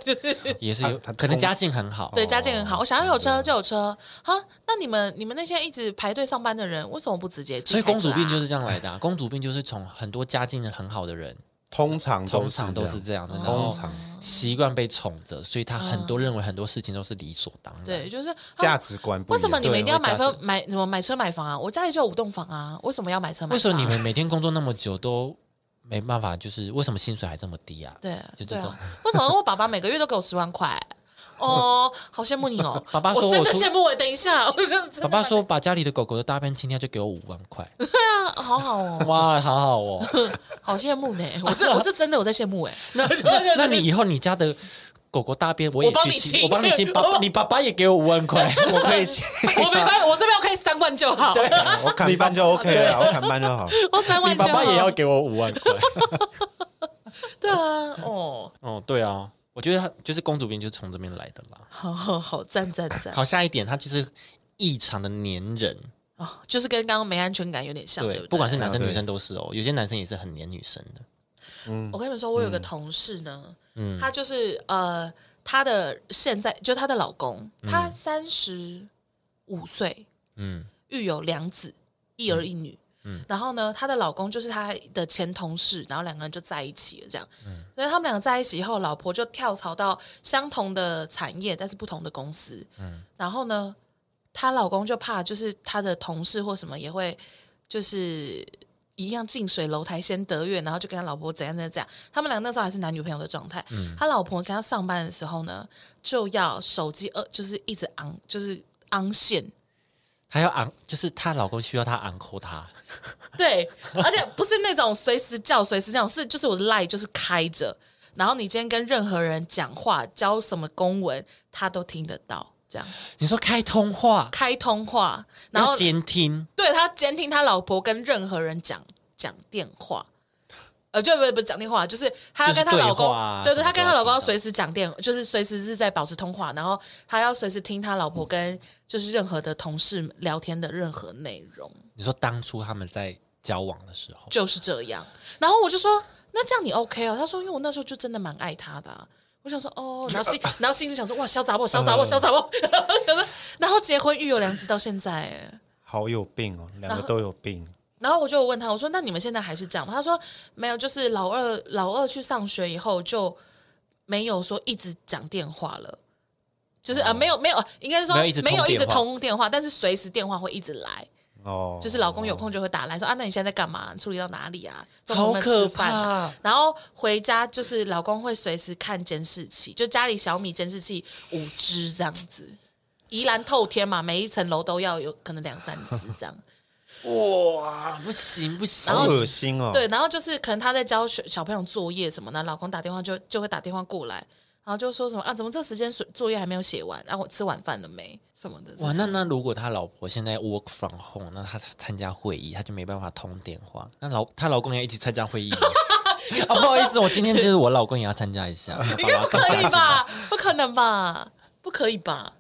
[SPEAKER 3] 就是
[SPEAKER 2] 也是有，
[SPEAKER 1] 啊她她
[SPEAKER 2] 可能
[SPEAKER 1] 通
[SPEAKER 2] 家境很好，
[SPEAKER 3] 对家境很好，我想要有车就有车啊。那你们你们那些一直排队上班的人，为什么不直接
[SPEAKER 2] 所
[SPEAKER 3] 去开
[SPEAKER 2] 以
[SPEAKER 3] 车啊？
[SPEAKER 2] 公主病就是这样来的啊、公主病就是从很多家境很好的人，
[SPEAKER 1] 通常
[SPEAKER 2] 通常都
[SPEAKER 1] 都
[SPEAKER 2] 是
[SPEAKER 1] 这
[SPEAKER 2] 这样的，
[SPEAKER 3] 哦
[SPEAKER 2] 然
[SPEAKER 1] 样，通
[SPEAKER 2] 后
[SPEAKER 1] 常
[SPEAKER 2] 习惯被宠着，所以他很多认为很多事情都是理所当然。
[SPEAKER 3] 嗯对，就是啊
[SPEAKER 1] 价值观不一样
[SPEAKER 3] 为什么你们一定要买
[SPEAKER 2] 对啊我
[SPEAKER 3] 分
[SPEAKER 2] 家
[SPEAKER 3] 买什么买车买房啊？我家里就有五栋房啊，为什么要买车买房？啊
[SPEAKER 2] 为什么你们每天工作那么久都没办法？就是为什么薪水还这么低啊？
[SPEAKER 3] 对，
[SPEAKER 2] 就
[SPEAKER 3] 对
[SPEAKER 2] 这种
[SPEAKER 3] 啊。为什么我爸爸每个月都给我十万块？哦，好羡慕你哦！
[SPEAKER 2] 爸爸说
[SPEAKER 3] 我真的
[SPEAKER 2] 我出
[SPEAKER 3] 羡慕欸我。等一下，我真的真
[SPEAKER 2] 爸
[SPEAKER 3] 的
[SPEAKER 2] 爸说把家里的狗狗都大便清掉，就给我五万块。
[SPEAKER 3] 啊，好好哦，
[SPEAKER 2] 哇，好好哦。
[SPEAKER 3] 好羡慕呢。我是我是真的我在羡 慕哎。
[SPEAKER 2] 那那你以后你家的狗狗大便我也
[SPEAKER 3] 我帮
[SPEAKER 2] 去
[SPEAKER 3] 你
[SPEAKER 2] 清，
[SPEAKER 3] 清
[SPEAKER 2] 我帮你清。爸
[SPEAKER 3] 我啊
[SPEAKER 2] 爸，你爸爸也给我五万 块。
[SPEAKER 1] 我可以，
[SPEAKER 2] 啊
[SPEAKER 3] 我没关系，我这边我可以三万就好，
[SPEAKER 1] 我砍班就 OK 了，我砍班就好了。
[SPEAKER 3] 我三
[SPEAKER 2] 你
[SPEAKER 3] 万就
[SPEAKER 2] 爸
[SPEAKER 3] 好。
[SPEAKER 2] 爸也要给我五万 块。
[SPEAKER 3] 对啊，哦，
[SPEAKER 2] 哦，对啊，我觉得他就是公主病就是从这边来的啦。
[SPEAKER 3] 好好好，赞赞赞。
[SPEAKER 2] 好，下一点，他就是异常的粘人。
[SPEAKER 3] 哦，就是跟刚刚没安全感有点像，对
[SPEAKER 2] 对
[SPEAKER 3] 对，
[SPEAKER 2] 不管是男生
[SPEAKER 1] 啊对
[SPEAKER 2] 女生都是哦，有些男生也是很黏女生的。
[SPEAKER 3] 我跟你们说，我有个
[SPEAKER 2] 嗯
[SPEAKER 3] 同事呢，她就是呃，她的现在就她的老公，她三十五岁，
[SPEAKER 2] 嗯，
[SPEAKER 3] 育有两子，一儿一女。然后呢，她的老公就是她的前同事，然后两个人就在一起了，这样。所以他们两个在一起以后，老婆就跳槽到相同的产业，但是不同的公司。然后呢，她老公就怕就是她的同事或什么也会就是一样近水楼台先得月，然后就跟他老婆怎样怎样怎样。他们俩那时候还是男女朋友的状态。他老婆跟他上班的时候呢，就要手机呃，就是一直昂，就是昂线。
[SPEAKER 2] 她要昂，就是她老公需要她昂扣她，
[SPEAKER 3] 对，而且不是那种随时叫、随时那种，是就是我的 line 就是开着，然后你今天跟任何人讲话、教什么公文，他都听得到。这样
[SPEAKER 2] 你说开通话，
[SPEAKER 3] 开通话，然
[SPEAKER 2] 要
[SPEAKER 3] 后
[SPEAKER 2] 监听，
[SPEAKER 3] 对他监听他老婆跟任何人讲讲电话。呃，就不是不是讲电话，就是他要跟他
[SPEAKER 2] 就
[SPEAKER 3] 老
[SPEAKER 2] 是对
[SPEAKER 3] 公，
[SPEAKER 2] 话啊
[SPEAKER 3] 对
[SPEAKER 2] 什么
[SPEAKER 3] 对，他跟
[SPEAKER 2] 都
[SPEAKER 3] 他
[SPEAKER 2] 要
[SPEAKER 3] 老公要
[SPEAKER 2] 听到
[SPEAKER 3] 随时讲电，就是随时是在保持通话，然后他要随时听他老婆跟就是任何的同事聊天的任何内容。
[SPEAKER 2] 你说当初他们在交往的时候，
[SPEAKER 3] 就是这样。然后我就说，那这样你 OK 哦？他说，因为我那时候就真的蛮爱他的啊、我想说，哦，然后心，然后心里想说，哇，小杂货，小杂
[SPEAKER 2] 嗯
[SPEAKER 3] 货，小杂货。 可是然后结婚育有良子到现在欸，
[SPEAKER 1] 好有病哦，两个都有病。
[SPEAKER 3] 然后我就问他，我说，那你们现在还是这样吗？他说，没有，就是老二老二去上学以后就没有说一直讲电话了。就是啊、呃没有没有，应该是说
[SPEAKER 2] 哦没有一直通
[SPEAKER 3] 没有一直
[SPEAKER 2] 电话
[SPEAKER 3] 通电话，但是随时电话会一直来。
[SPEAKER 1] 哦，
[SPEAKER 3] 就是老公有空就会打来说啊，那你现在在干嘛？处理到哪里啊？中午有
[SPEAKER 2] 好
[SPEAKER 3] 没有
[SPEAKER 2] 可
[SPEAKER 3] 吃饭啊
[SPEAKER 2] 怕！
[SPEAKER 3] 然后回家就是老公会随时看监视器，就家里小米监视器五只这样子，宜兰透天嘛，每一层楼都要有可能两三只这样。
[SPEAKER 2] 哇，不行不行，
[SPEAKER 1] 好恶心哦。
[SPEAKER 3] 对，，然后就是可能他在教小小朋友作业什么的，老公打电话就就会打电话过来，然后就说什么啊，怎么这时间作作业还没有写完？啊，我吃晚饭了没？什么的。
[SPEAKER 2] 哇，那那如果他老婆现在 work from home，那他参加会议，他就没办法通电话。那老她老公也一起参加会议 吗啊，不好意思，我今天就是我老公也要参加一 下，
[SPEAKER 3] 应该不可以吧？不可能吧？不可以吧？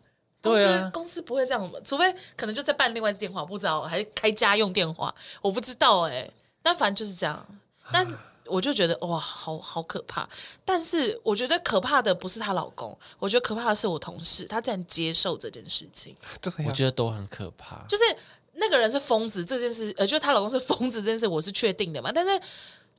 [SPEAKER 3] 公司
[SPEAKER 2] 啊对啊
[SPEAKER 3] 公司不会这样吧，除非可能就在办另外一支电话，不知道还是开家用电话，我不知道哎、但反正就是这样。但我就觉得哇，好好可怕。但是我觉得可怕的不是她老公，我觉得可怕的是我同事，她竟然接受这件事情。
[SPEAKER 1] 对
[SPEAKER 2] 我
[SPEAKER 1] 呀，
[SPEAKER 2] 觉得都很可怕。
[SPEAKER 3] 就是那个人是疯子这件事，呃，就是她老公是疯子这件事，我是确定的嘛。但是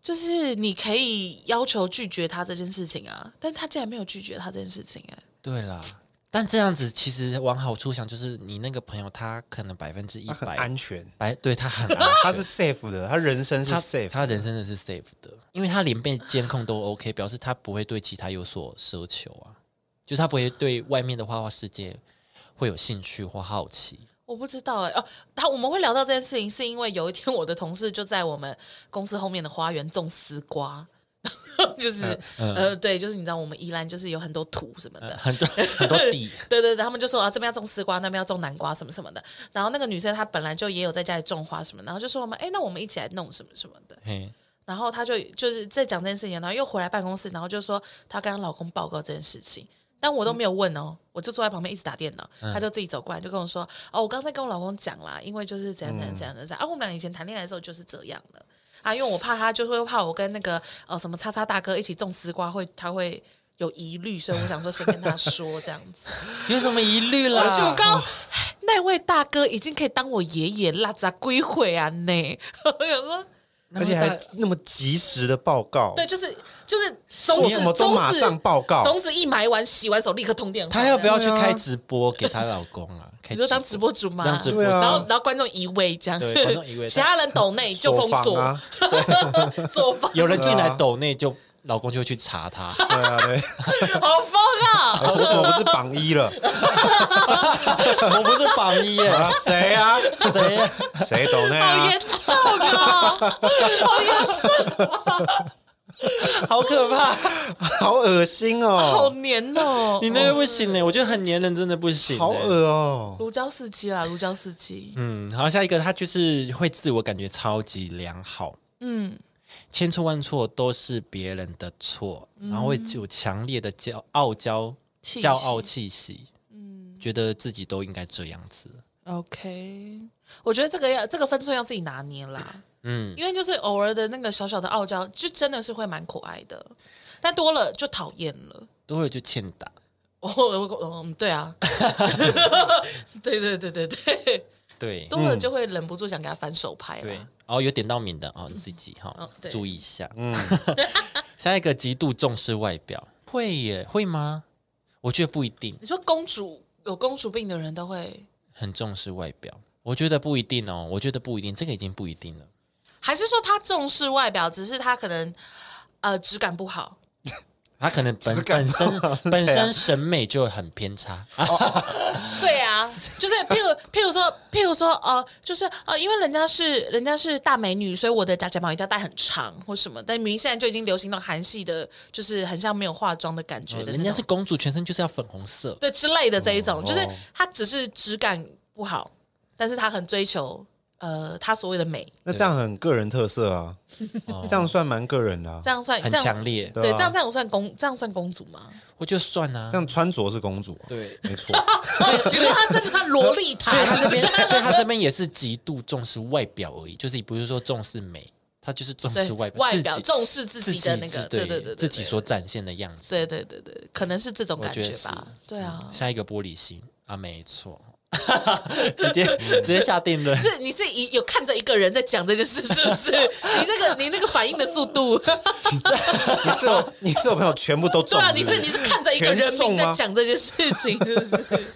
[SPEAKER 3] 就是你可以要求拒绝他这件事情啊，但他竟然没有拒绝他这件事情、哎，
[SPEAKER 2] 对啦，但这样子其实往好处想，就是你那个朋友他可能百分之一
[SPEAKER 1] 他很
[SPEAKER 2] 百
[SPEAKER 1] 安全，
[SPEAKER 2] 百，对他很安
[SPEAKER 1] 他是 safe 的，他人生是
[SPEAKER 2] 他
[SPEAKER 1] safe 的。
[SPEAKER 2] 他人生的是 safe 的，因为他连被监控都 OK，表示他不会对其他有所奢求啊，就是他不会对外面的花花世界会有兴趣或好奇。
[SPEAKER 3] 我不知道哎、哦，他我们会聊到这件事情，是因为有一天我的同事就在我们公司后面的花园种丝瓜。 就是、呃，对，就是你知道，我们宜兰就是有很多土什么的，
[SPEAKER 2] 很 多很多底，
[SPEAKER 3] 对对对，他们就说啊，这边要种丝瓜，那边要种南瓜什么什么的。然后那个女生她本来就也有在家里种花什么，然后就说我们哎，那我们一起来弄什么什么的。
[SPEAKER 2] 嘿，
[SPEAKER 3] 然后她就就是在讲这件事情，然后又回来办公室，然后就说她跟她老公报告这件事情，但我都没有问哦，我就坐在旁边一直打电脑，她就自己走过来就跟我说，哦，我刚才跟我老公讲啦，因为就是怎样怎样怎样怎样，啊，我们俩以前谈恋爱的时候就是这样的。啊，因为我怕他，就会怕我跟那个呃什么叉叉大哥一起种丝瓜会，他会有疑虑，所以我想说先跟他说这样子。
[SPEAKER 2] 有什么疑虑啦
[SPEAKER 3] 我？想讲，那位大哥已经可以当我爷爷啦，咋归回啊呢？ 我想说，
[SPEAKER 1] 而且还那么及时的报告，
[SPEAKER 3] 对，就是就是
[SPEAKER 1] 哦做
[SPEAKER 3] 种
[SPEAKER 1] 什
[SPEAKER 3] 子
[SPEAKER 1] 么
[SPEAKER 3] 种
[SPEAKER 1] 都
[SPEAKER 3] 子
[SPEAKER 1] 马上报告，
[SPEAKER 3] 种子一埋完，洗完手立刻通电话。
[SPEAKER 2] 她要不要
[SPEAKER 3] 这
[SPEAKER 2] 去
[SPEAKER 3] 样？
[SPEAKER 2] 开直播给她老公啊？ 开
[SPEAKER 3] 啊你说当直播主吗？
[SPEAKER 2] 当直播
[SPEAKER 1] 对啊
[SPEAKER 3] 然后然后观众一位这样，
[SPEAKER 2] 对观众移位
[SPEAKER 3] 其他人抖内就封
[SPEAKER 1] 锁
[SPEAKER 3] 锁
[SPEAKER 1] 房啊，
[SPEAKER 3] 锁房，
[SPEAKER 2] 有人进
[SPEAKER 3] 啊
[SPEAKER 2] 来抖内就老公就会去查 她。
[SPEAKER 1] 对啊，对，
[SPEAKER 3] 好疯啊！
[SPEAKER 1] 哎我怎么不是榜一 了？
[SPEAKER 2] 我不是榜一耶，
[SPEAKER 1] 啊，谁啊？
[SPEAKER 2] 谁呀？
[SPEAKER 1] 谁懂那
[SPEAKER 3] 好
[SPEAKER 1] 啊
[SPEAKER 3] 严？重啊！好严重，
[SPEAKER 2] 好可 怕！
[SPEAKER 1] 好恶心
[SPEAKER 3] 好
[SPEAKER 1] 哦，
[SPEAKER 3] 黏哦！
[SPEAKER 2] 你那个不行呢，我觉得很黏人真的不行。
[SPEAKER 1] 好恶哦。
[SPEAKER 3] 如胶似漆啦，如胶似漆。
[SPEAKER 2] 嗯，好，下一个他就是会自我感觉超级良好，
[SPEAKER 3] 嗯，
[SPEAKER 2] 千错万错都是别人的错，然后会有强烈的骄傲骄
[SPEAKER 3] 嗯气
[SPEAKER 2] 骄傲气息，嗯，觉得自己都应该这样子。
[SPEAKER 3] OK，我觉得这个要这个分寸要自己拿捏啦，
[SPEAKER 2] 嗯，
[SPEAKER 3] 因为就是偶尔的那个小小的傲娇，就真的是会蛮可爱的，但多了就讨厌了。
[SPEAKER 2] 都会就欠打。
[SPEAKER 3] 哦，我我嗯，对 啊，对对对对对，
[SPEAKER 2] 对
[SPEAKER 3] 多了就会忍不住想给他翻手牌
[SPEAKER 2] 嗯对
[SPEAKER 3] 啦。，
[SPEAKER 2] 哦，有点到名的哦，你自己哈、
[SPEAKER 3] 哦对
[SPEAKER 2] 注意一下。嗯， 下一个极度重视外表，会耶？会吗？我觉得不一定，
[SPEAKER 3] 你说公主有公主病的人都会，
[SPEAKER 2] 很重视外表。我觉得不一定哦，我觉得不一定，这个已经不一定了。
[SPEAKER 3] 还是说她重视外表，只是她可能呃质感不好？
[SPEAKER 2] 他可能本
[SPEAKER 1] 质
[SPEAKER 2] 本
[SPEAKER 1] 感
[SPEAKER 2] 身 本身审美就很偏差啊，
[SPEAKER 3] 对啊，就是譬如譬如说譬如说呃，就是呃，因为人家是人家是大美女，所以我的假睫毛一定要戴很长或什么。但明明现在就已经流行到韩系的，就是很像没有化妆的感觉的那
[SPEAKER 2] 哦
[SPEAKER 3] 种，
[SPEAKER 2] 啊人家是公主，全身就是要粉红色。
[SPEAKER 3] 对之类的这一种，就是她只是质感不好，但是她很追求呃她所谓的美，
[SPEAKER 1] 那这样很个人特色啊， 这样算蛮个人的啊
[SPEAKER 3] 这。样算
[SPEAKER 2] 很
[SPEAKER 3] 哎这样
[SPEAKER 2] 强烈
[SPEAKER 3] 对，
[SPEAKER 1] 对啊
[SPEAKER 3] 这样这样算公这样算公主吗？
[SPEAKER 2] 我就算啊
[SPEAKER 1] 这，样穿着是公主啊，
[SPEAKER 2] 对。
[SPEAKER 1] 没错。
[SPEAKER 3] 你说她真的穿萝莉塔
[SPEAKER 2] 所以
[SPEAKER 3] 啊是
[SPEAKER 2] 他这边，
[SPEAKER 3] 不是？
[SPEAKER 2] 所以他这边也是极度重视外表而已，就是不是说重视美，他就是重
[SPEAKER 3] 对
[SPEAKER 2] 视外表，
[SPEAKER 3] 外
[SPEAKER 2] 自
[SPEAKER 3] 表
[SPEAKER 2] 己
[SPEAKER 3] 重视自
[SPEAKER 2] 自
[SPEAKER 3] 己的那个，
[SPEAKER 2] 对
[SPEAKER 3] 对对对，对
[SPEAKER 2] 自己
[SPEAKER 3] 对
[SPEAKER 2] 所展现的样子。
[SPEAKER 3] 对对对对，可能是这种
[SPEAKER 2] 我
[SPEAKER 3] 感
[SPEAKER 2] 觉
[SPEAKER 3] 觉
[SPEAKER 2] 得是
[SPEAKER 3] 吧。对啊，
[SPEAKER 2] 下一个玻璃心啊，没错， 直接
[SPEAKER 1] 嗯
[SPEAKER 2] 直接下定论。
[SPEAKER 3] 是你是一有看着一个人在讲这件事，是不是？你这个你那个反应的速度，
[SPEAKER 1] 你是有你是有朋友全部都中
[SPEAKER 3] 对啊，
[SPEAKER 1] 不，
[SPEAKER 3] 你是你是看着一个人
[SPEAKER 1] 全中
[SPEAKER 3] 名在
[SPEAKER 1] 吗
[SPEAKER 3] 讲这件事情，是不是？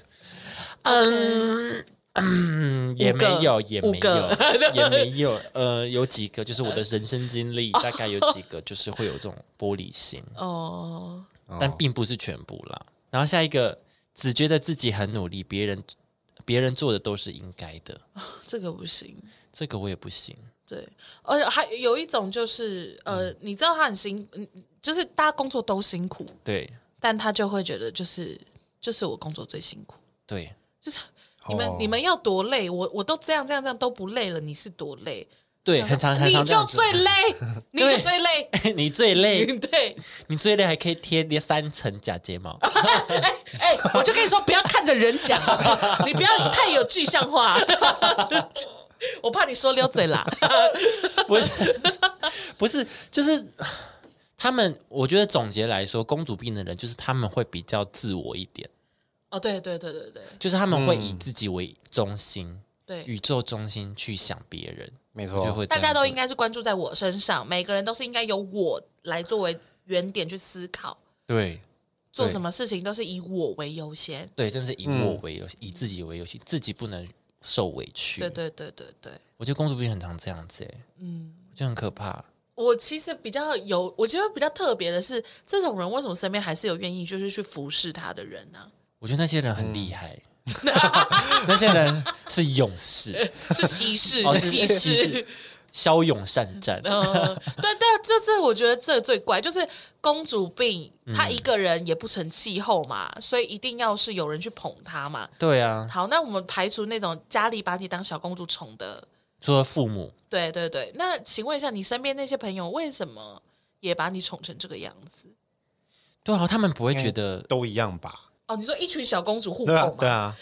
[SPEAKER 2] 嗯，嗯，也
[SPEAKER 3] 五个
[SPEAKER 2] 没有，也
[SPEAKER 3] 五
[SPEAKER 2] 没有
[SPEAKER 3] 个，
[SPEAKER 2] 也没有。呃，有几个就是我的人生经历，大概有几个就是会有这种玻璃心，
[SPEAKER 3] 哦，
[SPEAKER 2] 但并不是全部啦。然后下一个，只觉得自己很努力，别人别人做的都是应该的，
[SPEAKER 3] 这个不行。
[SPEAKER 2] 这个我也不行。
[SPEAKER 3] 对，而且还有一种就是，呃，你知道他很辛，嗯就是大家工作都辛苦，
[SPEAKER 2] 对
[SPEAKER 3] 但他就会觉得就是就是我工作最辛苦，
[SPEAKER 2] 对，
[SPEAKER 3] 就是你们、
[SPEAKER 1] 哦
[SPEAKER 3] 你们要多累，我我都这样这样这样都不累了，你是多累？
[SPEAKER 2] 对，很常很
[SPEAKER 3] 你
[SPEAKER 2] 常啊这
[SPEAKER 3] 就
[SPEAKER 2] 样子。哎
[SPEAKER 3] 最 累，你就最累，
[SPEAKER 2] 你最累，
[SPEAKER 3] 对，
[SPEAKER 2] 你最累还可以贴贴三层假睫 毛。
[SPEAKER 3] 哎、我就跟你说，不要看着人讲， 你不要太有具象化， 我怕你说溜嘴啦。
[SPEAKER 2] 不是，不是，就是他们，我觉得总结来说，公主病的人就是他们会比较自我一点，
[SPEAKER 3] 哦，对对对对对
[SPEAKER 2] 就是他们会以自己为中心，
[SPEAKER 3] 对。
[SPEAKER 2] 宇宙中心去想别人，
[SPEAKER 1] 没
[SPEAKER 2] 就
[SPEAKER 1] 错，
[SPEAKER 2] 会
[SPEAKER 3] 大家都应
[SPEAKER 2] 该
[SPEAKER 3] 该是关注在我身上，每个人都是应该由我来作为原点去思考，
[SPEAKER 2] 对
[SPEAKER 3] 做
[SPEAKER 2] 对
[SPEAKER 3] 什么事情都是以我为优先。
[SPEAKER 2] 对，真是以我为游戏，以自己为游戏，自己不能受委屈。
[SPEAKER 3] 对，对对对对，
[SPEAKER 2] 我觉得公主病很常这样子、欸，嗯，我觉得很可怕。
[SPEAKER 3] 我其实比较有，我觉得比较特别的是，这种人为什么身边还是有愿意就是去服侍他的人 啊呢、
[SPEAKER 2] 我觉得那些人很厉害， 那些人是勇士，
[SPEAKER 3] 是歧视，
[SPEAKER 2] 哦
[SPEAKER 3] 是歧
[SPEAKER 2] 是是
[SPEAKER 3] 视
[SPEAKER 2] 是。骁勇善战。
[SPEAKER 3] 嗯，对对，就是我觉得这最怪，就是公主病，她一个人也不成气候嘛，所以一定要是有人去捧她嘛。
[SPEAKER 2] 对啊，
[SPEAKER 3] 好，那我们排除那种家里把你当小公主宠的，
[SPEAKER 2] 除了父母，
[SPEAKER 3] 对对对。那请问一下，你身边那些朋友为什么也把你宠成这个样子？
[SPEAKER 2] 对啊，他们不会觉得
[SPEAKER 1] 都一样吧？
[SPEAKER 3] 哦，你说一群小公主互
[SPEAKER 1] 对
[SPEAKER 3] 捧
[SPEAKER 1] 啊
[SPEAKER 3] 嘛，？
[SPEAKER 1] 对啊，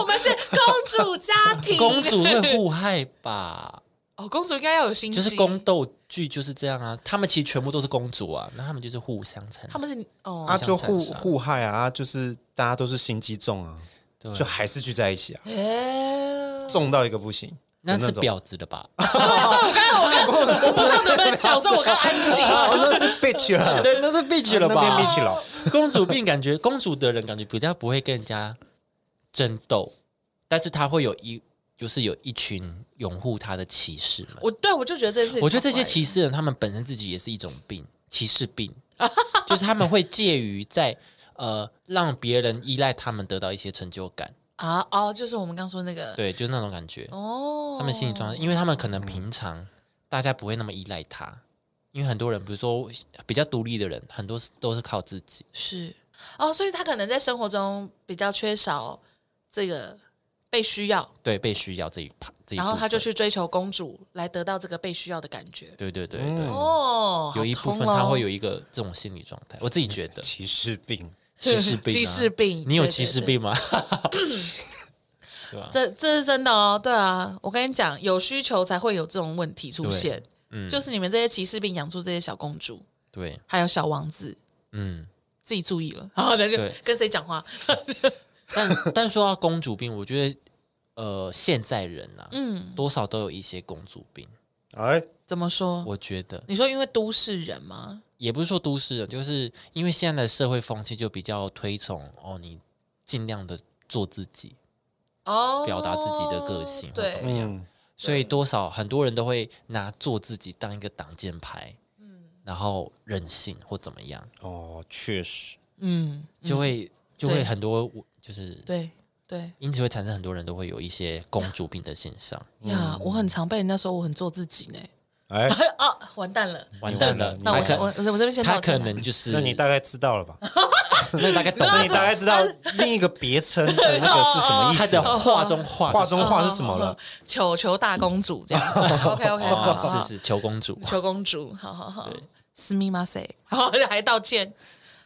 [SPEAKER 3] 我们是公主家 庭，
[SPEAKER 2] 公主会互害 吧？
[SPEAKER 3] 哦，公主应该要有心机，
[SPEAKER 2] 就是宫斗剧就是这样啊，他们其实全部都是公主啊，那他们就是互相残
[SPEAKER 3] 他们是哦，
[SPEAKER 1] 啊就互
[SPEAKER 2] 互相残杀
[SPEAKER 1] 互害啊，啊就是大家都是心机重啊，
[SPEAKER 2] 对
[SPEAKER 1] 就还是聚在一起 啊，
[SPEAKER 3] 哎，
[SPEAKER 1] 重到一个不 行。
[SPEAKER 2] 那
[SPEAKER 1] 的
[SPEAKER 2] 是
[SPEAKER 1] 种
[SPEAKER 2] 婊子的吧？
[SPEAKER 3] 对，我刚才我刚我不知道能不能讲，所以我刚安静。
[SPEAKER 1] 哦， 那是 bitch 了，
[SPEAKER 2] 对，啊那是 bitch 了
[SPEAKER 1] 那边
[SPEAKER 2] 吧？
[SPEAKER 1] bitch 了，
[SPEAKER 2] 公主病感觉 公主的人感觉比较不会跟人家争斗，但是她会有一就是有一群拥护她的骑士们。
[SPEAKER 3] 我对我就觉得这件事情，
[SPEAKER 2] 我觉得这些歧视人，他们本身自己也是一种病，歧视病，就是他们会介于在呃让别人依赖他们得到一些成就感，
[SPEAKER 3] 啊哦，就是我们刚说那个
[SPEAKER 2] 对，就是那种感觉。
[SPEAKER 3] 哦，
[SPEAKER 2] 他们心理状态，因为他们可能平常大家不会那么依赖他，因为很多人，比如说比较独立的人，很多是都是靠自己。
[SPEAKER 3] 是哦，所以他可能在生活中比较缺少这个被需要，
[SPEAKER 2] 对被需要这一趴，这一
[SPEAKER 3] 然后
[SPEAKER 2] 部
[SPEAKER 3] 他就
[SPEAKER 2] 分
[SPEAKER 3] 去追求公主来得到这个被需要的感觉。
[SPEAKER 2] 对对对对，
[SPEAKER 3] 哦，
[SPEAKER 2] 嗯有一
[SPEAKER 3] 好
[SPEAKER 2] 部
[SPEAKER 3] 痛
[SPEAKER 2] 分
[SPEAKER 3] 哦
[SPEAKER 2] 他会有一个这种心理状态，我自己觉 得
[SPEAKER 1] 歧视病。
[SPEAKER 2] 歧视病啊，
[SPEAKER 3] 歧视病
[SPEAKER 2] 你有
[SPEAKER 3] 对对
[SPEAKER 2] 歧视
[SPEAKER 3] 对
[SPEAKER 2] 病吗？
[SPEAKER 3] 这这是真的哦，对啊，我跟你讲，有需求才会有这种问题出
[SPEAKER 2] 对
[SPEAKER 3] 现，
[SPEAKER 2] 嗯
[SPEAKER 3] 就是你们这些歧视病养出这些小公主，
[SPEAKER 2] 对，
[SPEAKER 3] 还有小王子，
[SPEAKER 2] 嗯。
[SPEAKER 3] 自己注意 了，然后他就
[SPEAKER 2] 对
[SPEAKER 3] 跟谁讲话，
[SPEAKER 2] 但但说到公主病，我觉得呃，现在人啊，嗯，多少都有一些公主病。
[SPEAKER 1] 哎，
[SPEAKER 3] 怎么说？
[SPEAKER 2] 我觉得
[SPEAKER 3] 你说因为都市人吗？
[SPEAKER 2] 也不是说都市人，就是因为现在的社会风气就比较推崇哦，你尽量的做自己，
[SPEAKER 3] 哦，
[SPEAKER 2] 表达自己的个性或怎么
[SPEAKER 3] 对，
[SPEAKER 2] 样，
[SPEAKER 1] 嗯，
[SPEAKER 2] 所以多少很多人都会拿做自己当一个挡箭牌，
[SPEAKER 3] 嗯
[SPEAKER 2] 然后任性或怎么样，
[SPEAKER 1] 哦，确实，
[SPEAKER 3] 嗯，
[SPEAKER 2] 就会、就
[SPEAKER 3] 对
[SPEAKER 2] 会很多就是
[SPEAKER 3] 对对
[SPEAKER 2] 因此会产生很多人都会有一些公主病的现 象，
[SPEAKER 3] 呀，我很常被人家说我很做自己呢。
[SPEAKER 1] 哎，
[SPEAKER 3] 啊，完蛋了！
[SPEAKER 2] 完蛋了，
[SPEAKER 3] 那我
[SPEAKER 2] 嗯他可
[SPEAKER 3] 我我我这边先
[SPEAKER 2] 他
[SPEAKER 3] 道歉
[SPEAKER 2] 可
[SPEAKER 3] 啊
[SPEAKER 2] 能就是
[SPEAKER 1] 那你大概知道了吧？
[SPEAKER 2] 那大概懂
[SPEAKER 1] 那你大概知道另一个别称的那个是什么意
[SPEAKER 2] 他
[SPEAKER 1] 思哦
[SPEAKER 2] 的
[SPEAKER 1] 了？
[SPEAKER 2] 画中画
[SPEAKER 1] 画中画是什
[SPEAKER 3] 嗯
[SPEAKER 1] 么了？
[SPEAKER 3] 球球大公主这样子。OK OK，好 好
[SPEAKER 2] 哦
[SPEAKER 3] 好，
[SPEAKER 2] 是是 求公主，
[SPEAKER 3] 球公主，好好好，私密马塞， 好还道歉